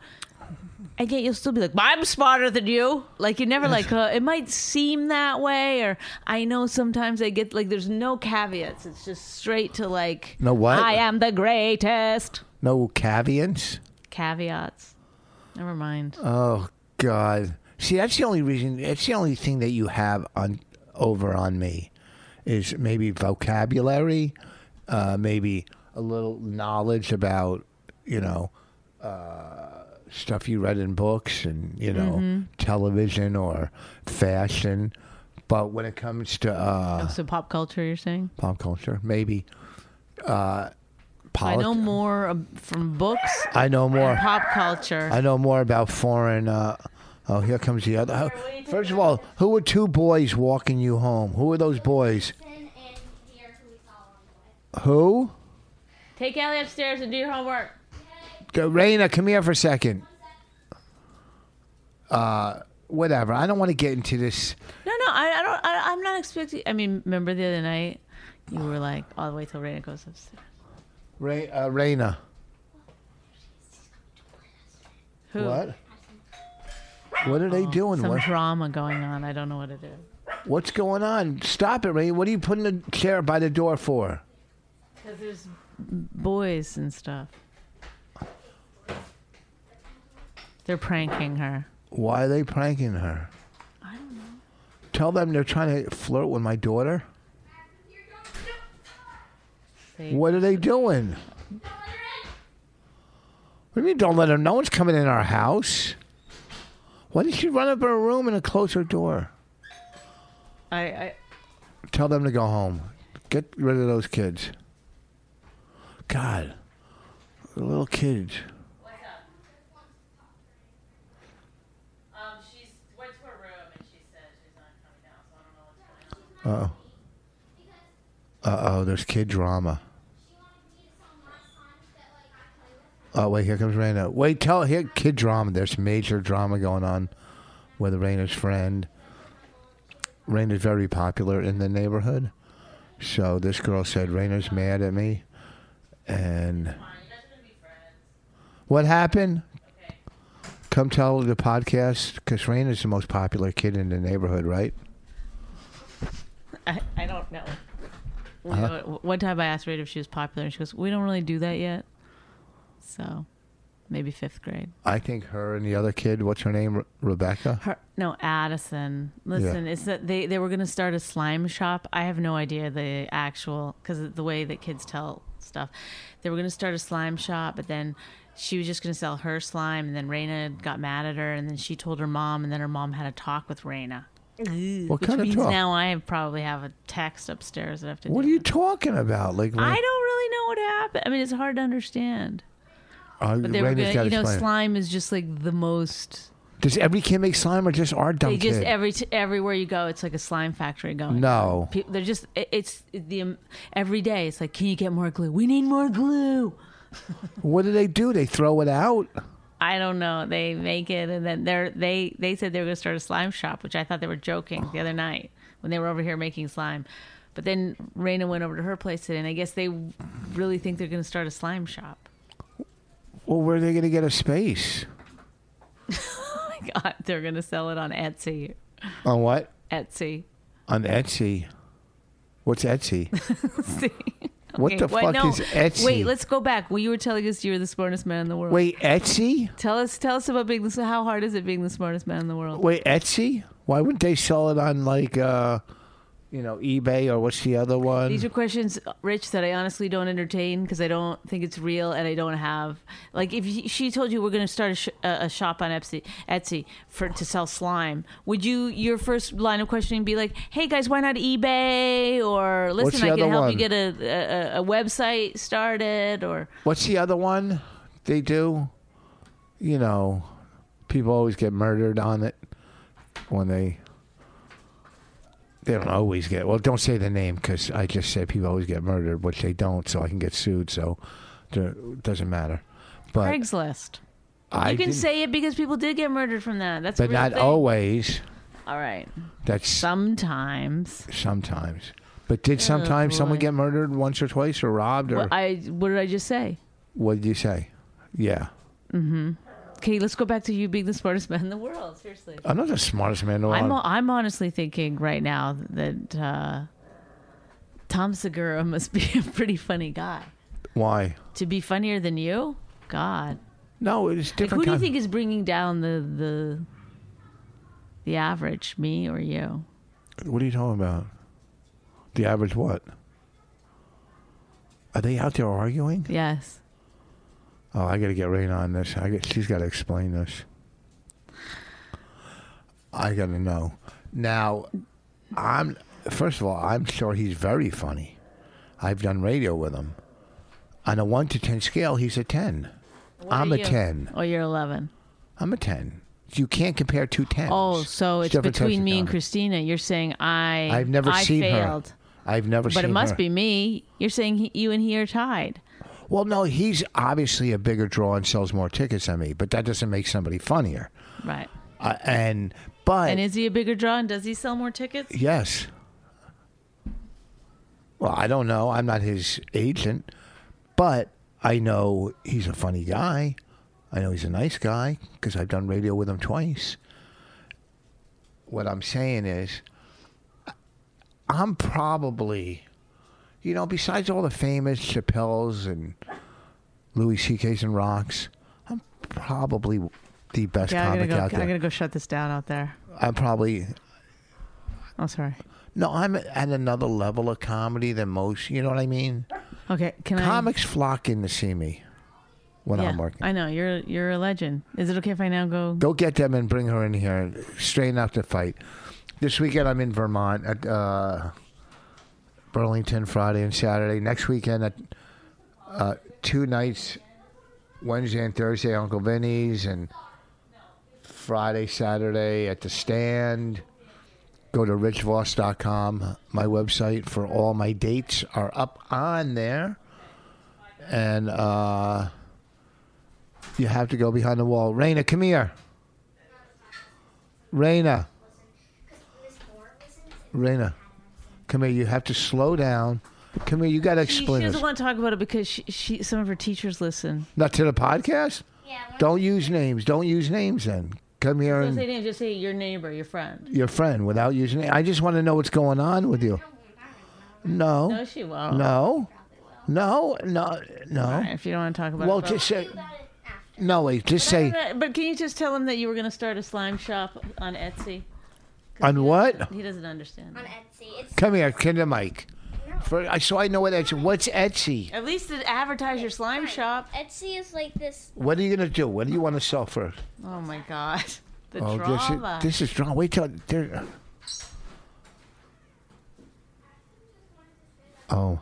B: and yet you'll still be like, "I'm smarter than you." Like you're never like, uh, "It might seem that way," or "I know." Sometimes I get like, there's no caveats. It's just straight to like,
C: No what?
B: I am the greatest."
C: No caveats.
B: Caveats. Never mind.
C: Oh God! See, that's the only reason. That's the only thing that you have on over on me is maybe vocabulary, uh, maybe a little knowledge about you know uh, stuff you read in books and you know
B: Mm-hmm.
C: television or fashion. But when it comes to uh,
B: so pop culture, you're saying?
C: pop culture, maybe uh,
B: I know
C: politics.
B: more um, from books,
C: I know more.
B: pop culture.
C: I know more about foreign. Uh, oh, here comes the other. First of all, who were two boys walking you home? Who were those boys?
D: Sin and here who we saw along the way.
C: Who?
B: Take Allie upstairs and do your homework.
C: Go- Raina, come here for a second. Uh, whatever. I don't want to get into this.
B: No, no, I, I don't. I, I'm not expecting. I mean, remember the other night, you were like, all the way till Raina goes upstairs.
C: Ray, uh, Raina.
B: Who?
C: What? What are they doing?
B: Some
C: What,
B: drama going on. I don't know what it is.
C: what's going on? Stop it, Raina. What are you putting the chair by the door for?
B: Because there's boys and stuff. They're pranking her.
C: Why are they pranking her?
B: I don't know.
C: Tell them they're trying to flirt with my daughter.
B: They,
C: What are they doing? What do you mean, don't let her? No one's coming in our house. Why did she run up her room and close her door?
B: I, I
C: Tell them to go home. Get rid of those kids. God, the little kids.
B: What's up? Um, she's went to her room and she said she's not coming down, so I don't know what's going on.
C: Uh oh. Uh oh, there's kid drama.
D: She wanted me to tell my son that like I play with her.
C: Oh wait, here comes Raina. Wait, tell here kid drama. There's major drama going on with Raina's friend. Raina's very popular in the neighborhood. So this girl said Raina's mad at me and what happened? Come tell the podcast because Raina's the most popular kid in the neighborhood, right?
B: I, I don't know. We know- One time I asked Rita if she was popular, and she goes, "We don't really do that yet." So, maybe fifth grade.
C: I think her and the other kid, what's her name, Re- Rebecca?
B: Her, no, Addison. Listen, it's that they they were going to start a slime shop. I have no idea the actual because the way that kids tell stuff. They were going to start a slime shop, but then she was just going to sell her slime, and then Raina got mad at her, and then she told her mom, and then her mom had a talk with Raina.
C: What
B: Which
C: kind of
B: means
C: talk?
B: now I probably have a text upstairs that I have to.
C: what are
B: deal
C: you
B: with.
C: talking about? Like,
B: I don't really know what happened. I mean, it's hard to understand.
C: uh,
B: But they were
C: Raina's
B: gonna,
C: gotta
B: you know,
C: explain.
B: slime is just like the most.
C: Does every kid make slime or just our dumb
B: They just
C: kid?
B: every t- everywhere you go, it's like a slime factory going.
C: no.
B: Pe- They're just it- it's the um, every day. It's like, can you get more glue? We need more glue.
C: What do they do? They throw it out?
B: I don't know. They make it, and then they're they they said they were going to start a slime shop, which I thought they were joking the other night when they were over here making slime. But then Raina went over to her place today, and I guess they really think they're going to start a slime shop. *laughs*
C: Well, where are they going to get a space?
B: Oh my god, they're going to sell it on Etsy.
C: On what?
B: Etsy.
C: On Etsy. What's Etsy?
B: *laughs* See?
C: What the
B: wait,
C: fuck is Etsy?
B: Wait, let's go back. Well, you were telling us you were the smartest man in the world.
C: Wait, Etsy?
B: tell us, tell us about being the. How hard is it being the smartest man in the world?
C: Wait, Etsy? Why wouldn't they sell it on like uh you know, eBay or what's the other one?
B: These are questions, Rich, that I honestly don't entertain because I don't think it's real and I don't have like if y- she told you we're going to start a, sh- a a shop on Etsy, Etsy for to sell slime, would you your first line of questioning be like, "Hey guys, why not eBay?" Or
C: What's
B: "Listen,
C: the
B: I can
C: other
B: help
C: one?
B: you get a, a a website started." Or
C: What's the other one they do? You know, people always get murdered on it when they. They don't always get. Well, don't say the name because I just said people always get murdered, which they don't, so I can get sued, so it doesn't matter. But
B: Craigslist.
C: I
B: you can
C: didn't-
B: say it because people did get murdered from that. That's a
C: but
B: real
C: not
B: thing.
C: always.
B: All right.
C: That's
B: Sometimes.
C: sometimes. But did sometimes someone
B: Oh, boy.
C: get murdered once or twice or robbed or
B: What I what did I just say?
C: what did you say? Yeah,
B: Okay, let's go back to you being the smartest man in the world. Seriously.
C: I'm not the smartest man in the world.
B: I'm I'm honestly thinking right now that uh, Tom Segura *laughs* must be a pretty funny guy.
C: Why?
B: To be funnier than you, God.
C: No, it's
B: Like, who
C: different.
B: do you
C: kind-
B: think is bringing down the the the average, me or you?
C: What are you talking about? The average what? Are they out there arguing?
B: Yes.
C: Oh, I got to get Rain on this. I get, she's got to explain this. I got to know. Now, I'm first of all, I'm sure he's very funny. I've done radio with him. On a one to ten scale, he's a ten.
B: What
C: I'm
B: are
C: a
B: you?
C: ten.
B: Oh, you're 11.
C: I'm a ten. You can't compare two tens.
B: Oh, so it's
C: different types
B: between
C: of
B: me and
C: comedy.
B: Christina. You're saying I
C: I've never
B: I
C: seen
B: failed.
C: her. I've never seen
B: But
C: her.
B: it must be me. You're saying he, you and he are tied.
C: Well, no, he's obviously a bigger draw and sells more tickets than me, but that doesn't make somebody funnier.
B: Right.
C: Uh, and but
B: And is he a bigger draw and does he sell more tickets?
C: yes. Well, I don't know. I'm not his agent, but I know he's a funny guy. I know he's a nice guy because I've done radio with him twice. What I'm saying is, I'm probably, you know, besides all the famous Chappelle's and Louis C.K.'s and Rocks, I'm probably the best
B: Yeah, I'm
C: comic
B: gonna
C: out
B: go. I'm
C: there.
B: gonna go shut this down out there.
C: I'm probably
B: Oh, sorry.
C: No, I'm at another level of comedy than most. You know what I mean?
B: Okay, can
C: Comics flock in to see me when
B: I? Yeah,
C: I'm working.
B: I know you're you're a legend. Is it okay if I now go?
C: Go get them and bring her in here and straighten out the fight. This weekend I'm in Vermont at uh, Burlington Friday and Saturday. Next weekend at uh, two nights, Wednesday and Thursday, Uncle Vinny's, and Friday, Saturday at the stand. Go to richvoss.com. My website for all my dates are up on there. And uh, you have to go behind the wall. Raina, come here. Raina. Raina, come here. You have to slow down. Come here. You got to
B: She, she
C: explain
B: doesn't
C: this.
B: want to talk about it because she, she some of her teachers listen.
C: Not to the podcast?
D: Yeah, we're-
C: Don't use names. Don't use names then. Come here
B: Don't say
C: and
B: names. Just say your neighbor, your friend.
C: your friend without using it. I just want to know what's going on with you.
B: No,
C: No.
B: she won't.
C: No. No. No.
B: All
C: No.
B: right, if you don't want to talk about
C: Well,
B: it. but-
C: just say.
D: About it after.
C: No, wait. Just say.
B: But- But can you just tell him that you were going to start a slime shop on Etsy?
C: On what?
B: He doesn't understand.
D: On
B: that.
D: Etsy. It's
C: Come here. Come to Mike.
D: no.
C: For, I- so I know what Etsy. What's Etsy?
B: At least to advertise your slime shop.
D: Etsy is like this.
C: What are you gonna do? What do you want to sell first?
B: Oh my god, the
C: Oh, this is
B: drama.
C: this is drama. Wait till there. Oh,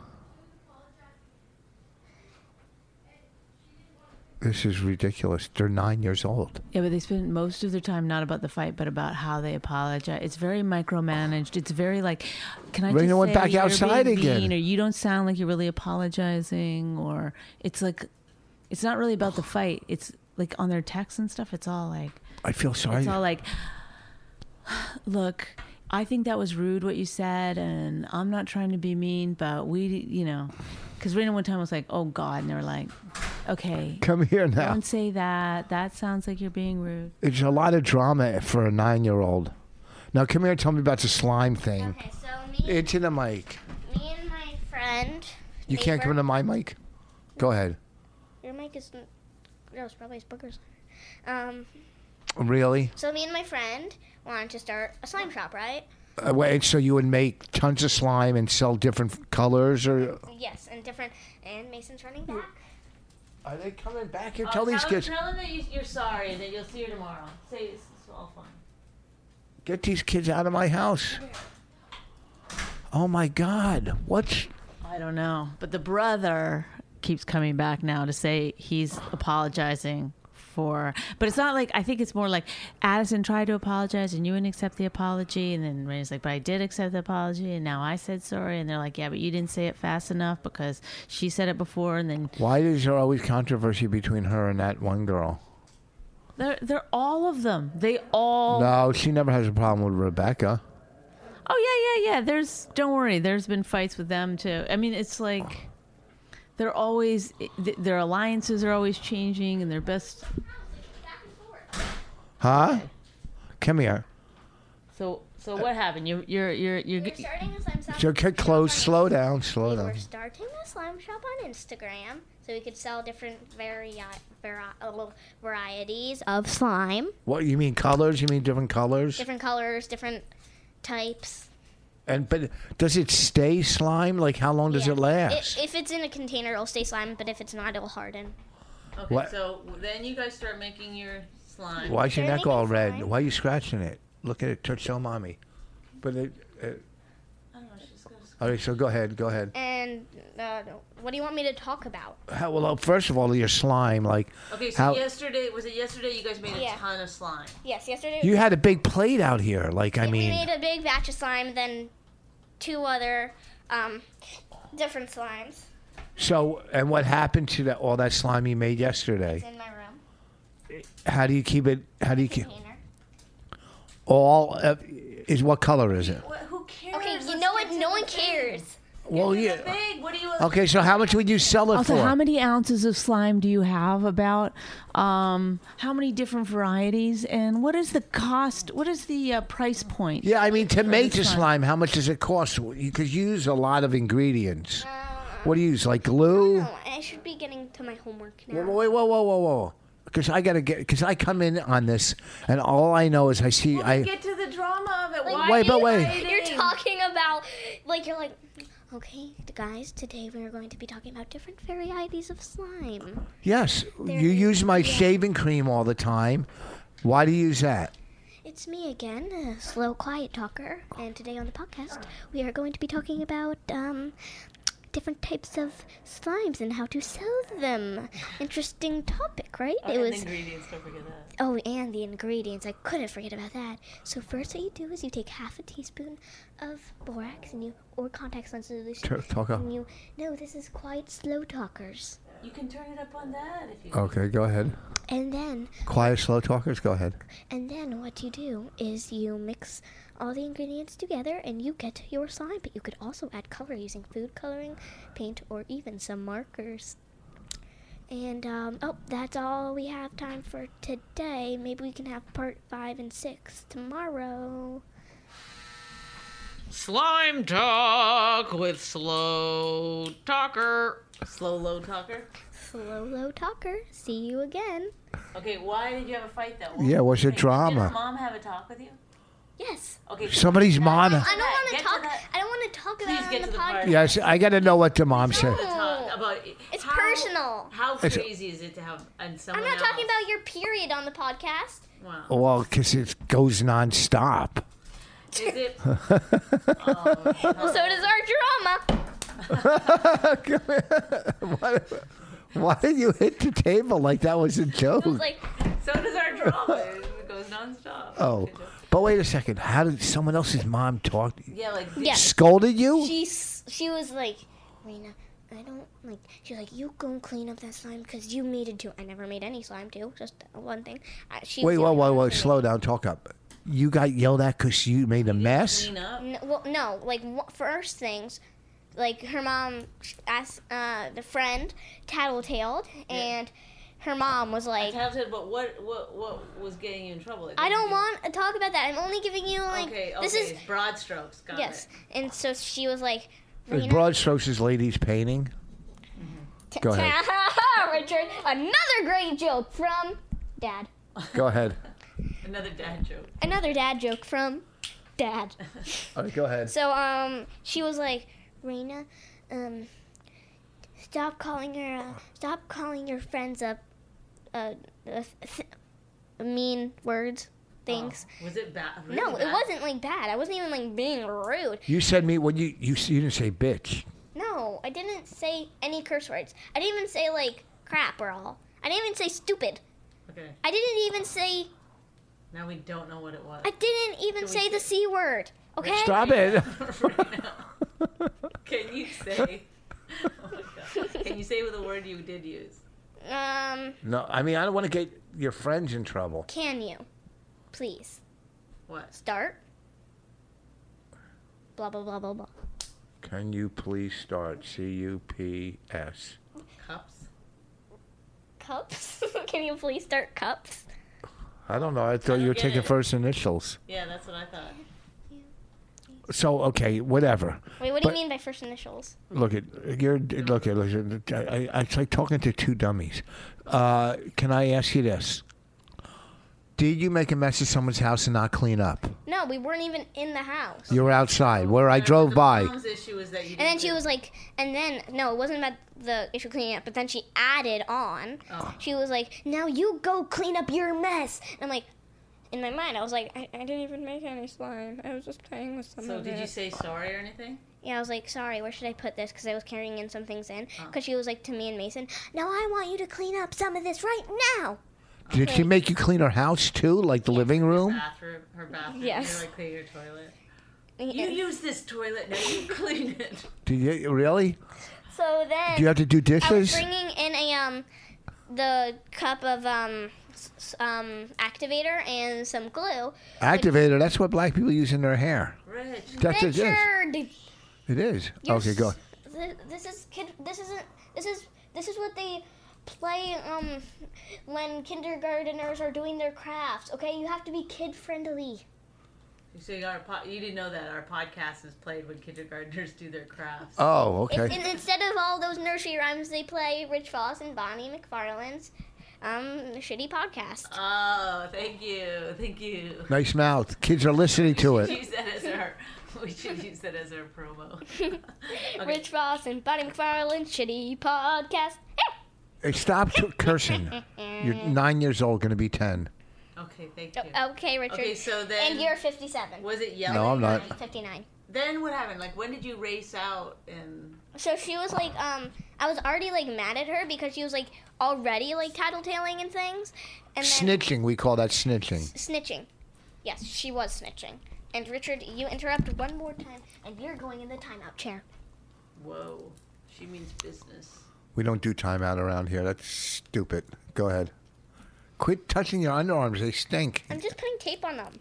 C: this is ridiculous. They're nine years old.
B: Yeah, but they spend most of their time not about the fight, but about how they apologize. It's very micromanaged. It's very like, can I just
C: Raina
B: say
C: went back
B: you're
C: outside
B: being
C: again.
B: mean, or you don't sound like you're really apologizing, or it's like, it's not really about the fight. It's like on their texts and stuff. It's all like,
C: I feel sorry.
B: it's all like, look, I think that was rude what you said, and I'm not trying to be mean, but we, you know, because Raina one time was like, oh God, and they were like, okay,
C: *laughs* Come here now.
B: don't say that. That sounds like you're being rude.
C: It's a lot of drama for a nine-year-old. Now come here and tell me about the slime thing.
D: Okay, so me,
C: Into the mic.
D: me and my friend
C: You can't come
E: Paper.
C: to my mic. Go ahead.
E: Your mic is. n- No, it's probably his bookers. Um,
C: Really?
E: so me and my friend wanted to start a slime shop, right?
C: Uh, wait, so you would make tons of slime and sell different colors, or
E: Yes, and different. And Mason's running back.
C: are they coming back here? Oh, Tell these kids,
B: them that you, you're sorry and that you'll see her tomorrow. Say it's, it's all fine.
C: get these kids out of my house. Oh my God! What's
B: I don't know, but the brother keeps coming back now to say he's apologizing for. But it's not like I think it's more like Addison tried to apologize and you wouldn't accept the apology, and then Rainey's like, "But I did accept the apology, and now I said sorry." And they're like, "Yeah, but you didn't say it fast enough because she said it before." And then
C: why is there always controversy between her and that one girl?
B: they're they're all of them. They all.
C: No, she never has a problem with Rebecca.
B: Oh yeah, yeah, yeah. There's don't worry. There's been fights with them too. I mean, it's like they're always th- their alliances are always changing, and their best.
C: Huh? Come here.
B: So so what happened? You you're you're you're.
E: We're starting a slime shop.
C: So get close. Slow down. Slow
E: We were
C: down.
E: starting a slime shop on Instagram, so we could sell different vari- vari- uh, little varieties of slime,
C: What you mean colors? You mean different colors?
E: different colors, different types.
C: And but does it stay slime? Like how long does
E: Yeah.
C: it last?
E: if it's in a container, it'll stay slime, but if it's not, it'll harden.
B: Okay,
C: What-
B: so then you guys start making your slime.
C: Why is your
E: They're
C: neck all
E: making
C: red?
E: slime.
C: Why are you scratching it? Look at it. Touch show mommy. But it. it all right, so go ahead, go ahead.
E: And uh, what do you want me to talk about?
C: How, well, uh, first of all, your slime, like
B: Okay, so
C: how
B: yesterday was it yesterday? You guys made a
E: Yeah.
B: ton of slime.
E: Yes, yesterday
C: you had a big plate out here. Like I
E: we
C: mean,
E: made a big batch of slime, then two other um, different slimes
C: so and what happened to that all that slime you made yesterday?
E: in my room
C: How do you keep it? How do you keep
E: container.
C: all? Of, is what color is it?
B: who cares?
E: Okay, you know what? No one cares.
C: Well, yeah.
B: Big. What do you?
C: Okay, so how much would you sell it
B: Also,
C: for?
B: how many ounces of slime do you have? About um, how many different varieties, and what is the cost? What is the uh, price point?
C: Yeah, I mean, to make the
B: slime.
C: slime, how much does it cost? You could use a lot of ingredients. What do you use? Like glue?
E: Oh, Uh, I should be getting to my homework now.
C: Whoa, whoa, whoa, whoa, whoa, whoa. Because I gotta get. Because I come in on this, and all I know is I see. I
B: Get to the drama of it.
E: Like,
B: Why
C: Wait,
B: do
C: but
B: you
C: wait.
B: hide
E: You're
B: it?
E: talking about like you're like. Okay, guys. Today we are going to be talking about different varieties of slime.
C: yes, you use my shaving cream all the time. Why do you use that?
E: It's me again, a slow, quiet talker, and today on the podcast we are going to be talking about um, different types of slimes and how to sell them. Interesting topic, right? it was
B: Oh, Ingredients, don't forget that.
E: Oh, and the ingredients. I couldn't forget about that. So first what you do is you take half a teaspoon of borax and you or contact lens solution.
C: Tur- talk up.
E: And you no, this is quiet slow talkers.
B: You can turn it up on that if you.
C: Okay, go ahead.
E: And then
C: Quiet, slow talkers. Go ahead.
E: and then what you do is you mix all the ingredients together and you get your slime, but you could also add color using food coloring, paint, or even some markers. And um, oh, that's all we have time for today. Maybe we can have part five and six tomorrow.
F: Slime Talk with Slow Talker.
B: Slow low talker.
E: Slow low talker. See you again.
B: Okay, why did you have a fight though?
C: Yeah, what's your
B: Wait, Did
C: drama?
B: your mom have a talk with you?
E: Yes.
B: Okay.
C: Somebody's mom.
E: I don't want
B: Get
E: to
B: to
E: talk.
B: that-
E: I don't want to talk
B: Please
E: about
B: get to
E: it on
B: the
E: the
B: part.
E: podcast.
C: Yes, I gotta know what the mom said.
B: talk about it.
E: It's
B: How-
E: personal.
B: How
C: It's-
B: crazy is it to have and
E: I'm
B: someone
E: not talking
B: else-
E: about your period on the podcast.
B: Wow.
C: Well, because it goes nonstop.
B: Is *laughs* it Oh.
E: So does our drama.
C: why, why did you hit the table like that was a joke?
E: It's like
B: so does our drama. It goes nonstop.
C: Oh, but wait a second. How did someone else's mom talk?
B: Yeah, like
E: yeah.
C: Scolded you? *laughs*
E: She s- she was like, Rena, I don't like. She's like, you go and clean up that slime because you made it too. I never made any slime too. Just one thing. Uh, she was
C: wait,
E: the
C: whoa,
E: only
C: whoa,
E: one
C: whoa.
E: who made
C: Slow down. Talk up. You got yelled at because you made a mess.
B: clean up.
E: No, well, no. Like wh- first things, like her mom sh- asked uh, the friend tattletaled, and her mom was like,
B: Tell said, but what what what was getting you in trouble? It
E: "I don't
B: doesn't
E: want to talk about that. I'm only giving you
B: get-
E: like
B: Okay, okay.
E: this is
B: broad strokes. Got
E: yes."
B: it.
E: And so she was like,
C: As broad strokes as ladies painting. Go ahead.
E: *laughs* Richard, another great joke from Dad.
C: Go ahead.
B: Another dad joke.
E: Another dad joke from Dad.
C: All right, go ahead.
E: So um, she was like, Raina, um, stop calling her, uh, stop calling your friends up, uh, uh th- mean words, things.
B: Was it bad?
E: No, it wasn't like that. I wasn't even like being rude.
C: You said me when you you, s- you didn't say bitch.
E: No, I didn't say any curse words. I didn't even say like crap or all. I didn't even say stupid.
B: Okay,
E: I didn't even say.
B: now we don't know what it was.
E: I didn't even say the c word. Okay.
C: Stop it.
B: Can you say?
E: *laughs*
B: Oh my God. Can you say with a word you did use?
E: Um,
C: No, I mean I don't want to get your friends in trouble.
E: can you, please
B: What?
E: start? Blah blah blah blah blah.
C: Can you please start C U P S?
B: Cups?
E: Cups. *laughs* can you please start cups?
C: I don't know. I thought you were
B: get
C: taking
B: it.
C: first initials.
B: Yeah, that's what I thought.
C: So okay, whatever.
E: Wait, what do
C: But-
E: you mean by first initials?
C: Look at you're look at look at. I, I, it's like talking to two dummies. Uh, can I ask you this? Did you make a mess at someone's house and not clean up?
E: No, we weren't even in the house.
C: You were outside where I drove
B: the
C: by.
B: mom's issue is that you
E: And then
B: didn't
E: she was like, and then no, it wasn't about the issue cleaning up. But then she added on.
B: Oh.
E: She was like, now you go clean up your mess. And I'm like, in my mind, I was like, I, I didn't even make any slime. I was just playing with some
B: So
E: of
B: did
E: it.
B: you say sorry or anything?
E: yeah, I was like, sorry, where should I put this? Because I was carrying in some things in.
B: Oh.
E: Because she was like to me and Mason, now I want you to clean up some of this right now.
C: Did she make you clean her house too, like the living room?
B: Bathroom, her bathroom.
E: Yes.
B: You like clean your toilet. You use this toilet now. You clean it.
C: Did you really?
E: so then
C: Do you have to do
E: I was
C: dishes?
E: bringing in a um, the cup of um, s- s- um, activator and some glue.
C: Activator. That's what black people use in their hair.
B: Rich.
C: That's it. Is.
E: Richard,
C: It is.
E: You're
C: Okay, go.
E: s- thi- This is kid. This isn't. This is. This is what they play um when kindergarteners are doing their crafts. Okay, you have to be kid friendly.
B: So you, our po- you didn't know that our podcast is played when kindergartners do their crafts.
C: Oh,
E: It's,
C: okay.
E: and instead of all those nursery rhymes, they play Rich Foss and Bonnie McFarlane's um shitty podcast.
B: Oh, thank you, thank you.
C: Nice mouth. Kids are listening to it.
B: Use that as our. We should use that as our promo. okay.
E: Rich Foss and Bonnie McFarlane's shitty podcast. Eh,
C: Hey, stop t- cursing.
E: *laughs*
C: You're nine years old, going to be ten.
B: Okay, thank you.
E: Oh, okay, Richard.
B: Okay, so then
E: and you're 57.
B: was it yelling?
C: No, I'm not.
E: 59.
B: Then what happened? Like when did you race out and
E: So she was like, um, I was already like mad at her because she was like already like tattletaling and things, and then
C: Snitching. We call that snitching.
E: snitching. Yes, she was snitching. And Richard, you interrupt one more time, and you're going in the timeout chair.
B: whoa? She means business.
C: We don't do timeout around here. That's stupid. Go ahead. Quit touching your underarms. They stink.
E: I'm just putting tape on them.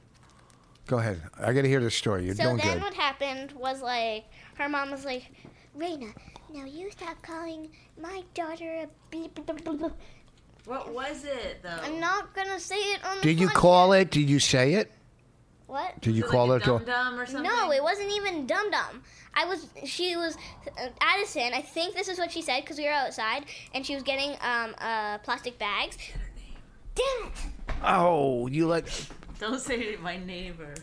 C: Go ahead. I got to hear this story. You're
E: So
C: doing
E: then
C: good.
E: what happened was like her mom was like, Raina, now you stop calling my daughter a beep.
B: What was it though?
E: I'm not gonna say it on the.
C: Did you
E: podcast.
C: call it? Did you say it?
E: What?
C: Did you
B: Was it
C: call
B: like
C: it?
B: a
C: to-
B: dum dum or something?
E: No, it wasn't even Dum Dum. I was, she was, uh, Addison, I think this is what she said because we were outside and she was getting um, uh, plastic bags. Damn it!
C: Oh, you let.
B: Don't say it. My neighbor.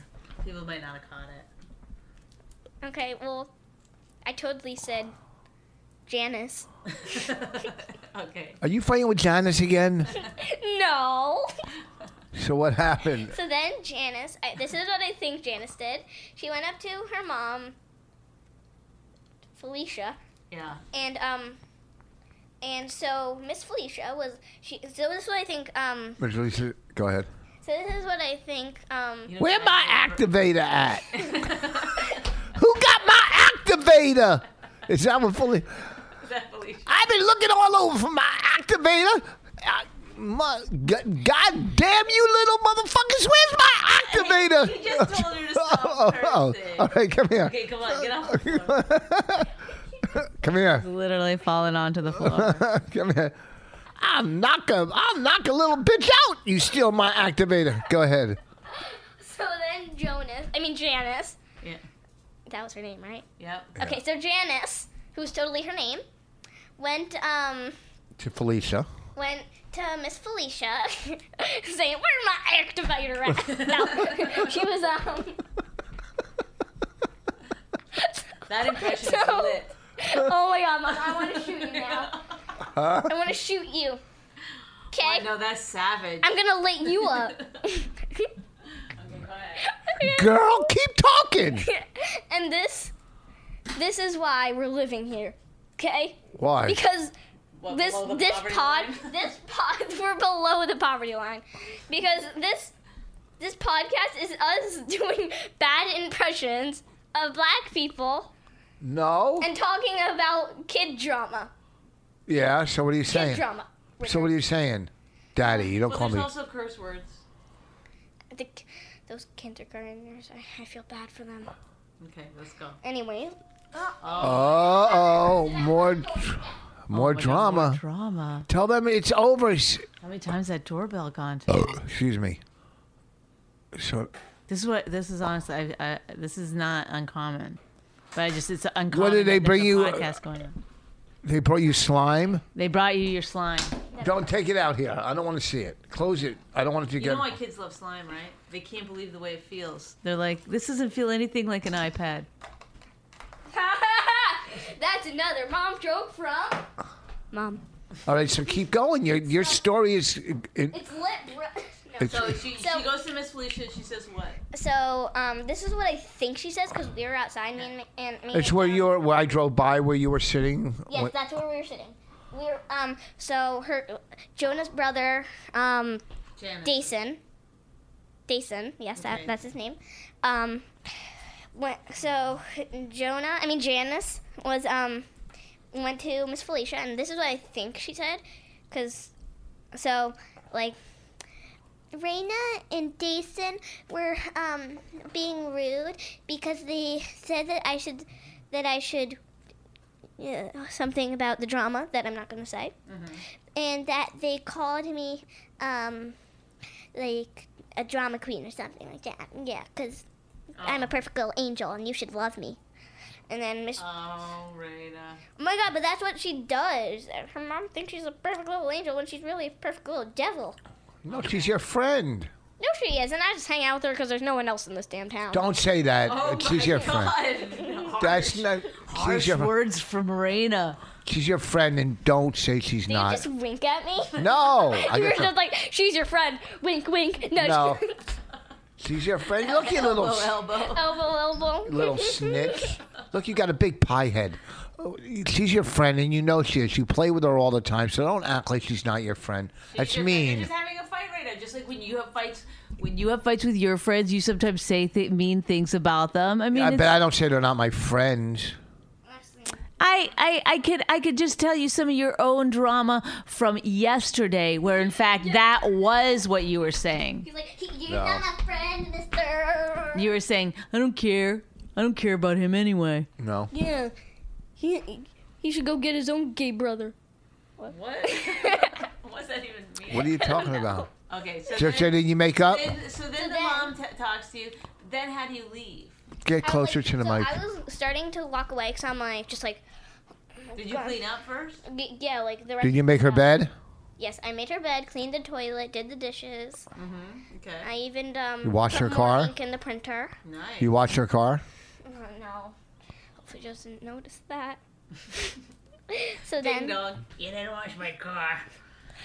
B: People might not have caught it.
E: Okay, well, I totally said Janice. *laughs*
B: *laughs* okay.
C: Are you fighting with Janice again?
E: No!
C: so what happened?
E: so then Janice, I, this is what I think Janice did. She went up to her mom, Felicia,
B: Yeah.
E: and um and so miss felicia was she so this is what i think um
C: Miss Lisa, Go ahead.
E: so this is what i think um
B: You know,
C: Where
B: I-
C: my
B: *laughs*
C: activator at? Who got my activator? Is that what fully?
B: *laughs* that Felicia-
C: I've been looking all over for my activator. I, my, God, God damn you little motherfuckers, where's my activator?
B: *laughs*
C: Oh,
B: You just told her to
C: *laughs*
B: stop cursing.
C: all right, come here.
B: Okay, come on, get off.
C: *laughs*
B: The floor.
C: Come here. *laughs*
B: Literally falling onto the floor.
C: Come here. I'll knock a I'll knock a little bitch out. You steal my activator. Go ahead.
E: so then jonas i mean janice
B: *laughs* yeah.
E: That was her name, right?
B: Yep.
E: Okay, so Janice, who's totally her name, went um
C: to Felicia.
E: went to Miss Felicia *laughs* saying, "Where my activator at?" no, she was um.
B: That impression
E: *laughs*
B: is
E: So-
B: lit.
E: Oh my God, Mom, I want to shoot you now. I want to shoot you. Okay,
B: No, that's savage.
E: I'm gonna lit you up.
C: Girl, keep talking.
E: *laughs* and this, this is why we're living here. Okay,
C: Why?
E: because this
B: below the
E: this
B: poverty
E: pod
B: line?
E: *laughs* this pod we're below the poverty line because this this podcast is us *laughs* doing bad impressions of black people
C: no.
E: and talking about kid drama.
C: yeah. So what are you
E: Kid
C: saying?
E: drama.
C: So what are you saying, Daddy? You don't
F: But
C: call
F: there's
C: me.
F: also curse words.
E: I think those kindergartners, I, I feel bad for them.
F: Okay, let's go.
E: Anyway, *laughs*
C: Uh oh, more, more drama.
B: Drama.
C: Tell them it's over. S-
B: How many times that doorbell gone?
C: Oh.
B: To?
C: Excuse me. So
B: This is what. This is honestly. I, I, this is not uncommon. But I just. It's uncommon.
C: What did they
B: that there's
C: bring
B: a
C: you, uh,
B: Podcast going on.
C: they brought you slime.
B: They brought you your slime.
C: Don't take it out here. I don't want to see it. Close it. I don't want it to
F: You
C: get.
F: know why kids love slime, right? They can't believe the way it feels.
B: They're like, this doesn't feel anything like an iPad.
E: that's another mom joke from mom.
C: All right. So keep going. Your your story is. It,
E: It's lit. Bro- *laughs* no.
C: it's,
F: So she,
E: So-
F: she goes to Miss Felicia and she says what?
E: So, um, this is what I think she says because we were outside, me and me and me.
C: it's
E: and
C: where
E: Tom.
C: you were. Where I drove by. Where you were sitting.
E: Yes,
C: What-
E: that's where we were sitting. We were um. So her, Jonah's brother, um,
F: Janice.
E: Dason. Dason, yes, that, that's his name. Um, went, so Jonah, I mean Janice was um went to Miss Felicia, and this is what I think she said, because so like. Raina and Dason were um, being rude because they said that I should that I should uh, something about the drama that I'm not going to say, and that they called me um, like a drama queen or something like that. Yeah, because I'm a perfect little angel and you should love me. And then Miss,
F: Oh, Raina.
E: oh my God! But that's what she does. Her mom thinks she's a perfect little angel when she's really a perfect little devil.
C: no, she's your friend.
E: No, she isn't. I just hang out with her because there's no one else in this damn town.
C: Don't say
E: Oh
C: that. Uh,
F: Oh
C: she's your friend. That's not. She's
B: Harsh
C: your,
B: words from Raina.
C: she's your friend, and don't say she's
E: Did
C: not.
E: you just wink at me? *laughs*
C: No, I
E: you were
C: guess not.
E: just like, she's your friend. Wink, wink. No.
C: No. *laughs* she's your friend. Look, you little s-
F: Elbow.
E: elbow, elbow. *laughs*
C: little snitch. Look, you got a big pie head. Oh, She's your friend, and you know she is. You play with her all the time, so don't act like she's not your friend. That's
F: You're- You're
C: mean.
F: just having a fight right now, just like when you have fights. When you
B: You have fights with your friends. You sometimes say th- mean things about them. I mean,
C: I
B: it's-
C: bet I don't say they're not my friends.
B: I, I, I could I could just tell you some of your own drama from yesterday, where in fact that was what you were saying.
E: He's like, "He- you're not my friend, mister.
B: You were saying, I don't care. I don't care about him anyway.
C: No.
E: Yeah. He he should go get his own gay brother. *laughs*
F: what? *laughs* What's that even mean?
C: What are you
E: *laughs*
C: talking about?
F: Okay, so
C: Just
F: then,
C: that you make up.
F: then, so then the
E: then-
F: mom t- talks to you. Then how do you leave?
C: Get closer to the
E: so
C: mic.
E: I was starting to walk away because I'm like, just like,
F: Did you clean up first?
E: y- yeah, like the rest.
C: Did you make her bed?
E: Yes, I made her bed, cleaned the toilet, did the dishes.
F: Okay,
E: I even um.
C: You washed
E: put
C: her
E: more
C: car?
E: Ink in the printer.
F: nice.
C: You watch her car.
E: Oh, no. Hopefully, she doesn't notice that. *laughs* so then.
F: Ding dong. You didn't wash my car.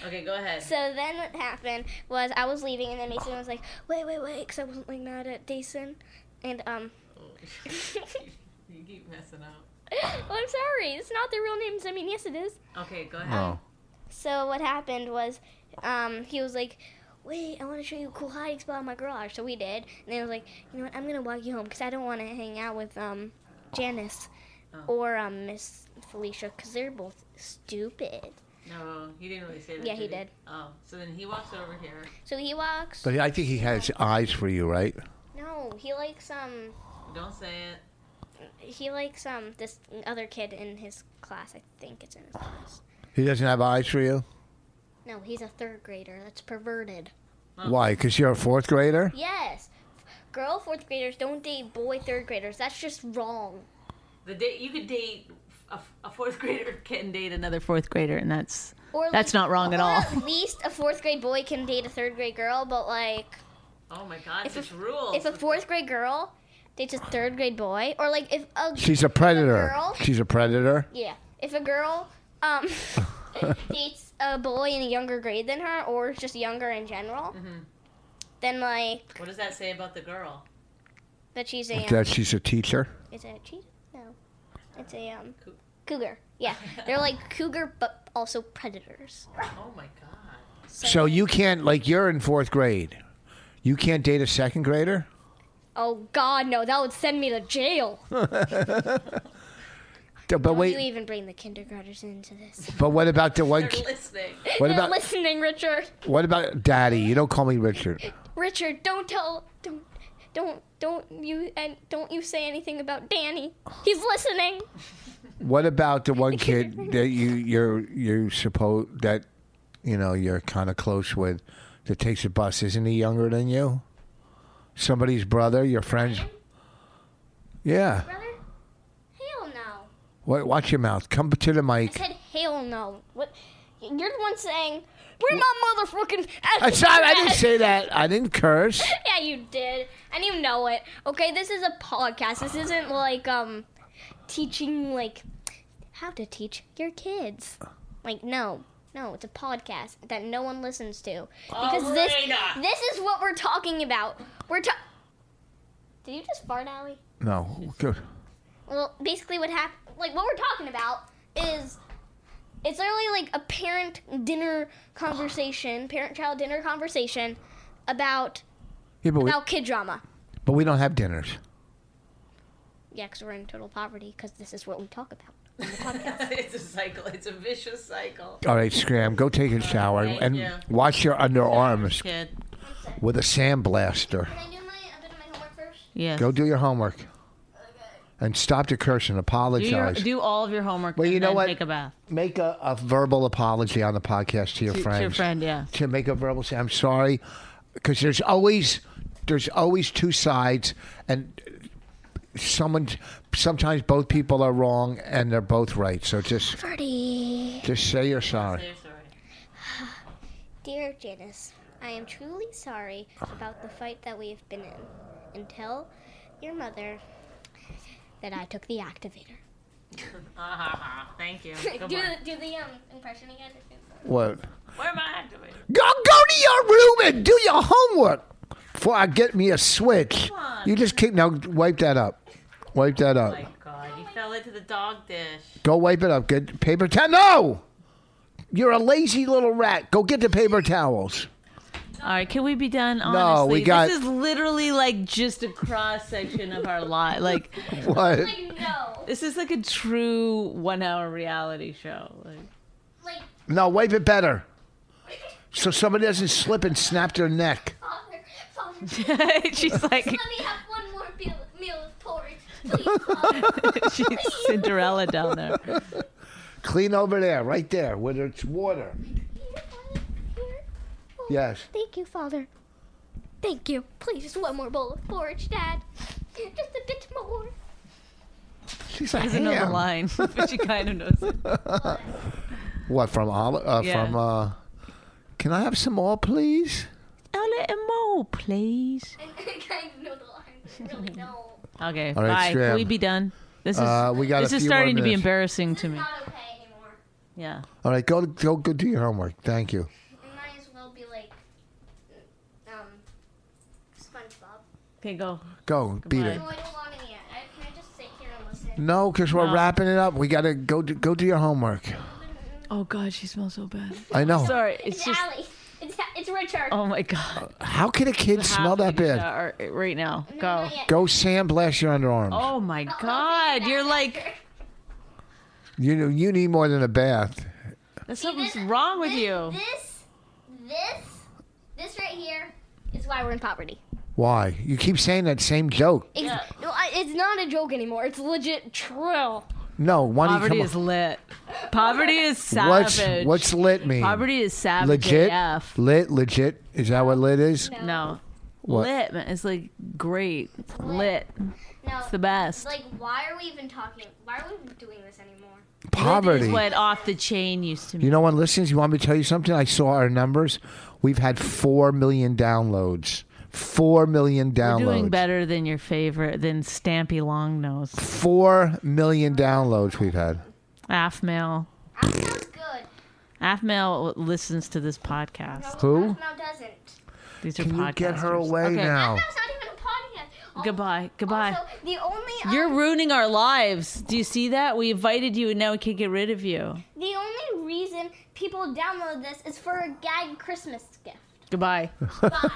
F: Okay, go ahead.
B: *laughs*
E: So then what happened was I was leaving, and then Mason was like, wait, wait, wait, because I wasn't like mad at Dason. And, um, *gasps*
F: you keep messing up.
E: well, oh, I'm sorry, it's not their real names. I mean, yes, it is.
F: Okay, go ahead.
C: No.
E: So what happened was, um, he was like, "Wait, I want to show you a cool hiding spot in my garage." So we did, and then I was like, "You know what? I'm gonna walk you home because I don't want to hang out with um, Janice or um, Miss Felicia because they're both stupid."
F: No, he didn't really say that.
E: Yeah, he did.
F: Oh, so then he walks over here.
E: So he walks.
C: But I think he has eyes for you, right?
E: no, he likes um,
F: Don't say it.
E: he likes um, this other kid in his class. I think it's in his class.
C: He doesn't have eyes for you.
E: No, he's a third grader. That's perverted.
C: Why? Because you're a fourth grader.
E: Yes. girl fourth graders don't date boy third graders. That's just wrong.
B: The date you could date a, a fourth grader *laughs* can date another fourth grader, and that's
E: Or
B: That's
E: least-
B: not wrong at
E: or
B: all.
E: At least a fourth grade boy can date a third grade girl, but like
B: oh my god,
E: If
B: such
E: a-
B: rules.
E: if a fourth grade girl dates a third grade boy, or like if a
C: She's a predator.
E: girl?
C: She's a predator.
E: yeah, if a girl um *laughs* dates a boy in a younger grade than her, or is just younger in general,
B: Mm-hmm.
E: then like
B: what does that say about the girl?
E: that she's a um,
C: That she's a teacher.
E: is it a cheat? No, it's a um
B: Cou-
E: cougar.
B: *laughs*
E: Yeah, they're like cougar, but also predators.
B: Oh my god.
C: So you can't like you're in fourth grade. You can't date a second grader.
E: Oh God, no! That would send me to jail.
C: D- But
E: You
C: wait.
E: even bring the kindergartners into this.
C: But what about
B: *laughs*
C: the one? ki-
B: They're listening.
C: What
E: They're
C: about
E: listening, Richard.
C: what about Daddy? You don't call me Richard.
E: Richard, don't tell. Don't. Don't. Don't you. And don't you say anything about Danny. He's listening.
C: What about
B: *laughs*
C: the one kid that you you're you suppose that you know you're kind of close with that takes a bus? Isn't he younger than you? Somebody's brother, your friend's. Yeah.
E: Brother. Hell no.
C: What? Watch your mouth. Come to the
E: I
C: mic.
E: said hell no. What? You're the one saying. We're not motherfucking.
C: I said I didn't say that. I didn't curse.
E: Yeah, you did, and you know it. Okay, this is a podcast. This isn't like um, teaching like how to teach your kids. Like no, no, it's a podcast that no one listens to because this
B: Elena!
E: this is what we're talking about. We're ta- Did you just fart, Allie?
C: No. Good.
E: Well, basically, what happened, like what we're talking about is. It's literally like a parent dinner conversation, parent child dinner conversation about
C: Yeah, but we,
E: about kid drama.
C: but we don't have dinners.
E: Yeah, because we're in total poverty because this is what we talk about.
B: it's a cycle. It's a vicious cycle.
C: All right, Scram, go take a shower
B: Thank
C: and
B: you.
C: wash your underarms
B: Kid.
C: with a sandblaster.
E: Can I do my, a bit of my homework first?
B: Yes.
C: Go do your homework and stop the
B: Do,
C: cursing.
B: your,
C: Apologize.
B: do all of your homework.
C: Well, you
B: and
C: know
B: then
C: what?
B: Take a bath.
C: make a, a verbal apology on the podcast to your
B: To-
C: friends.
B: to your friend, yeah.
C: To make a verbal say, I'm sorry, because there's always there's always two sides, and someone sometimes both people are wrong and they're both right. So just
E: Birdie.
C: just say you're sorry.
E: Dear Janice, I am truly sorry about the fight that we have been in. And tell your mother that I took the activator.
B: *laughs* Thank you.
E: *laughs* do, the, do the um, impression again.
C: What?
B: Where am I doing?
C: Go go to your room and do your homework before I get me a switch. You just keep now wipe that up. Wipe that up.
B: My God, you fell into the dog dish.
C: Go wipe it up. Get paper towel. No, you're a lazy little rat. Go get the paper towels.
B: All right, can we be done? Honestly,
C: we got-
B: this is literally like just a cross section of our
C: *laughs*
B: lot. Like
C: What?
E: Like, no.
B: this is like a true one-hour reality show. Like,
E: Like,
C: No, wipe it better. So somebody doesn't slip and snap their neck.
E: father, father,
B: *laughs* she's like *laughs*
E: let me have one more meal, meal of porridge. Please, father.
B: she's Cinderella down there.
C: Clean over there, right there, where it's water.
E: Here, father, here.
C: Yes.
E: Thank you, Father. Thank you. Please, just one more bowl of porridge, Dad. Just a bit
B: *laughs*
E: more.
C: She's like,
B: Doesn't know the
C: ham.
B: line, *laughs* but she kind of knows it.
C: *laughs* What from Oli- uh,
B: Yeah.
C: from? Uh, can I have some more, please?
B: A little more, please.
E: I kind of know the line. I really know.
B: Okay,
C: All right,
B: bye. Can
C: Scram.
B: we be done? This is
C: Uh, we got a
B: this is
C: few
B: starting
C: more
B: to be
C: minutes.
B: embarrassing to me.
E: Not okay anymore.
B: Yeah.
C: All right, go go go do your homework. Thank you.
E: It might as well be like, um, SpongeBob.
B: Okay, go.
C: Go beat it.
E: No, I don't want any. I, can I just sit here and listen?
C: No, because we're
B: No.
C: wrapping it up. We gotta go do, go do your homework.
B: Oh God, she smells so bad.
C: I know.
B: Sorry,
E: It's,
B: it's just.
E: Allie. It's, it's Richard.
B: Oh my God.
C: How can a kid Uh, smell that bad?
B: Shower uh, Right now,
E: No,
B: go.
E: not yet.
C: Go sandblast your underarms.
B: Oh my
E: I'll
B: God,
E: do
B: you're
E: that
B: like
E: after.
C: You know, you need more than a bath.
B: there's
E: See,
B: something's
E: this-
B: wrong with
E: this-
B: you.
E: This, this, this right here is why we're in poverty.
C: Why? You keep saying that same joke.
E: It's, no, I, it's not a joke anymore. It's legit true.
C: No, why don't you
B: Poverty
C: come
B: is lit. Poverty is
C: *laughs* What's
B: savage.
C: what's lit mean?
B: Poverty is savage.
C: legit
B: AF.
C: lit legit. Is that what lit is?
B: No.
C: What?
B: lit. Man. It's like great lit.
G: lit. No,
B: It's the best.
G: like why are we even talking? Why are we even doing this anymore?
B: That
C: Poverty.
B: is what off the chain used to mean.
C: You know what, listeners? You want me to tell you something? I saw our numbers. We've had four million downloads. Four million downloads.
B: You're doing better than your favorite than Stampy Longnose.
C: Four million downloads we've had.
B: Afmail.
G: Ask Mouse good.
B: Afmail listens to this podcast.
C: Who?
G: Ask Mouse doesn't.
B: These are
C: Can you
B: podcasters.
C: get her away
B: Okay.
C: now?
G: That's not even a podcast. Al-
B: Goodbye. Goodbye.
G: Also, the only um,
B: You're ruining our lives. Do you see that? We invited you and now we can't get rid of you.
G: the only reason people download this is for a gag Christmas
C: *laughs*
G: gift.
B: Goodbye.
G: Bye.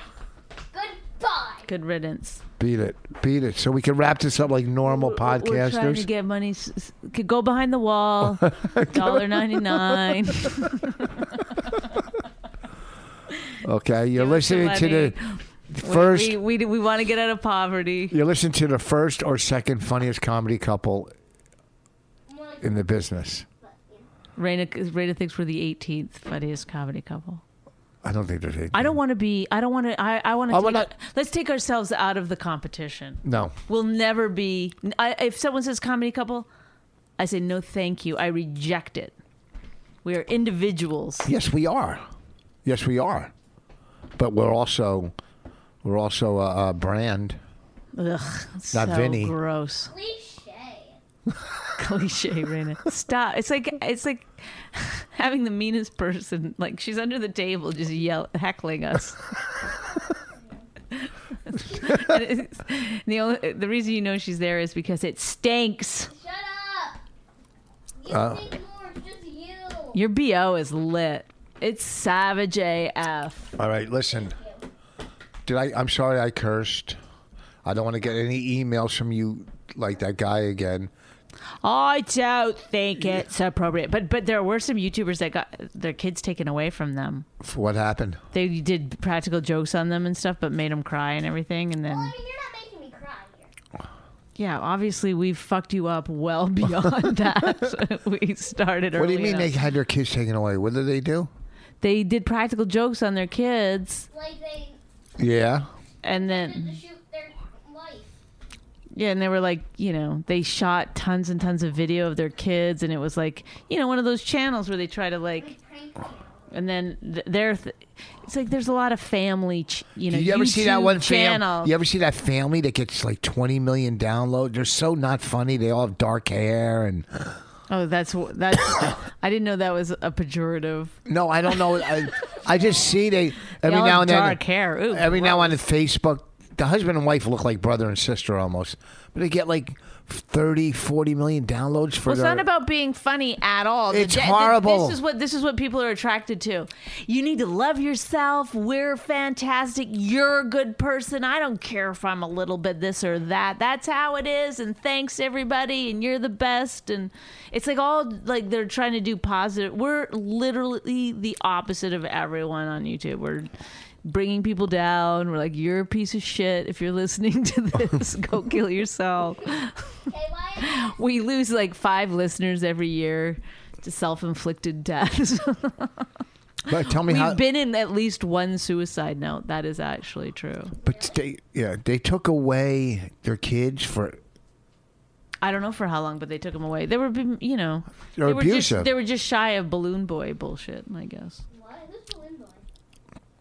G: Goodbye.
B: Good riddance.
C: Beat it. Beat it. So we can wrap this up like normal
B: We're trying to
C: podcasters.
B: get money. s- s- could Go behind the wall.
C: *laughs*
B: $1.99.
C: okay. You're
B: Give us the
C: listening to the
B: We-
C: first
B: We, we, we want to get out of poverty.
C: you're listening to the first or second funniest comedy couple
G: More like
C: in the business.
B: Raina, Raina thinks we're the 18th funniest comedy couple.
C: I don't think there's any.
B: I don't want to be. I don't want to. I, I want
C: I wanna-
B: to. Let's take ourselves out of the competition.
C: No.
B: We'll never be. I, if someone says comedy couple, I say no, thank you. I reject it. We are individuals.
C: Yes, we are. Yes, we are. But we're also we're also a, a brand.
B: Ugh,
C: Not
B: so
C: Vinny.
B: gross.
G: cliche.
B: *laughs* Cliche, Raina. Stop. It's like it's like *laughs* having the meanest person. Like she's under the table, just yell heckling us. *laughs* And it's- the only the reason you know she's there is because it stinks.
G: Shut up. You
C: Uh,
G: think more. Just you.
B: Your bo is lit. It's savage AF.
C: All right, listen. Did I? I'm sorry, I cursed. I don't want to get any emails from you like that guy again.
B: I don't think it's appropriate. But but there were some YouTubers that got their kids taken away from them.
C: For what happened?
B: They did practical jokes on them and stuff, but made them cry and everything. And
G: Well, I
B: then
G: mean, you're not making me cry here.
B: yeah, obviously we've fucked you up well *laughs* beyond that. *laughs* we started.
C: What do you
B: early
C: mean
B: enough.
C: they had their kids taken away? What did they do?
B: They did practical jokes on their kids,
G: Like they
C: Yeah.
B: and then
G: did to shoot their wife.
B: Yeah, and they were like, you know, they shot tons and tons of video of their kids, and it was like, you know, one of those channels where they try to like,
G: Prank you.
B: and then th- they're, th- it's like there's a lot of family, ch- you know,
C: Did you ever see that
B: YouTube
C: one
B: channel?
C: family? You ever see that family that gets like 20 million downloads? They're so not funny. They all have dark hair and *laughs*
B: Oh, that's wh- that's. *coughs* I didn't know that was a pejorative.
C: no, I don't know. I, I just see they
B: They
C: every
B: all
C: now
B: have
C: and then.
B: dark hair. Ooh,
C: every now
B: gross.
C: on the Facebook, the husband and wife look like brother and sister almost, but they get like 30, 40 million downloads for
B: Well, it's
C: their.
B: not about being funny at all. The
C: It's
B: de- the-
C: horrible.
B: This is what this is what people are attracted to. You need to love yourself. We're fantastic. You're a good person. I don't care if I'm a little bit this or that. That's how it is. And thanks everybody. And you're the best. And it's like all like they're trying to do positive. We're literally the opposite of everyone on YouTube. We're bringing people down. We're like you're a piece of shit. If you're listening to this, *laughs* go kill yourself
G: Hey, why?
B: we lose like five listeners every year to self-inflicted deaths. *laughs*
C: But tell me how.
B: We've been in at least one suicide note. That is actually true.
C: but they, yeah, they took away their kids for.
B: I don't know for how long, but they took them away. They were, being- you know,
C: They're
B: they were just-
C: abusive.
B: they were just shy of balloon boy bullshit, I guess.
G: Why? Who's the wind boy?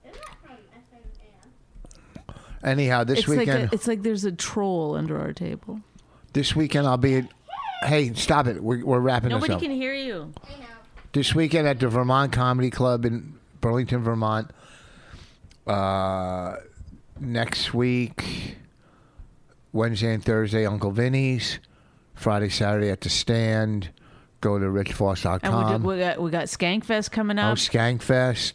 G: Isn't that from FNAF?
C: Anyhow, this
B: it's
C: weekend,
B: like a, it's like there's a troll under our table.
C: this weekend I'll be. At, hey, stop it! We're, we're wrapping this
B: Nobody
C: up.
B: can hear you.
G: I know.
C: this weekend at the Vermont Comedy Club in Burlington, Vermont. Uh, next week, Wednesday and Thursday, Uncle Vinny's. Friday, Saturday at the stand. Go to
B: And we, did,
C: richfoss.com.
B: we got we got Skankfest coming
C: Oh,
B: up.
C: Skankfest.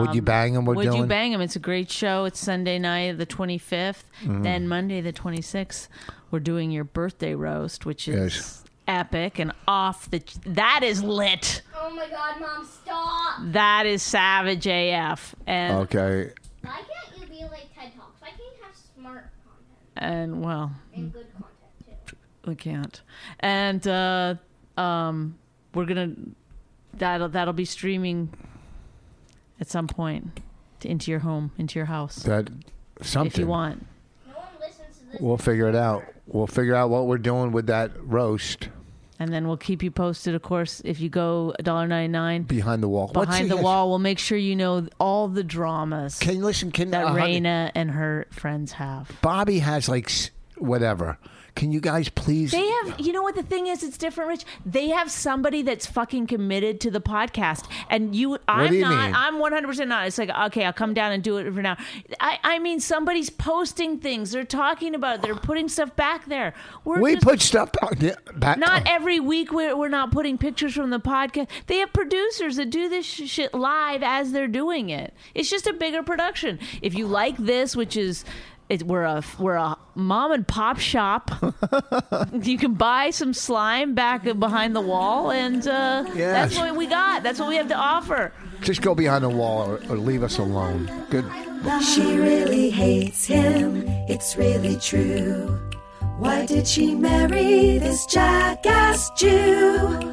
C: Would you bang him? We're
B: Um, Would
C: doing.
B: you bang him? It's a great show. It's Sunday night, the 25th.
C: Mm-hmm.
B: Then Monday, the 26th, we're doing your birthday roast, which is
C: Yes.
B: epic and off the. ch- That is lit.
G: Oh my God, Mom, stop!
B: That is savage AF. And
C: Okay.
G: Why can't you be like TED Talks? Why can't you have smart content
B: and well,
G: and good content too?
B: we can't. And uh, um, we're gonna that'll that'll be streaming at some point to, into your home, into your house.
C: That something.
B: if you want.
G: No one listens to this.
C: We'll figure it out. We'll figure out what we're doing with that roast
B: And then we'll keep you posted, of course, if you go $1.99
C: behind the wall. What's
B: behind the
C: his-
B: wall. We'll make sure you know all the dramas
C: Can listen. Can
B: that
C: uh, honey,
B: Raina and her friends have.
C: Bobby has like s- whatever. Can you guys please?
B: They have, you know what the thing is? It's different, Rich. They have somebody that's fucking committed to the podcast, and you, I'm
C: do you
B: not.
C: mean?
B: I'm 100 percent not. It's like, okay, I'll come down and do it for now. I, I mean, somebody's posting things. They're talking about. it. They're putting stuff back there. We're
C: we
B: just-
C: put stuff out there- back.
B: Not every week we're, we're not putting pictures from the podcast. They have producers that do this sh- shit live as they're doing it. It's just a bigger production. If you like this, which is it, we're a we're a mom and pop shop. you can buy some slime back behind the wall, and uh,
C: Yes.
B: that's what we got. That's what we have to offer.
C: *laughs* Just go behind the wall or, or leave us alone. Good.
H: She really hates him. It's really true. Why did she marry this jackass Jew?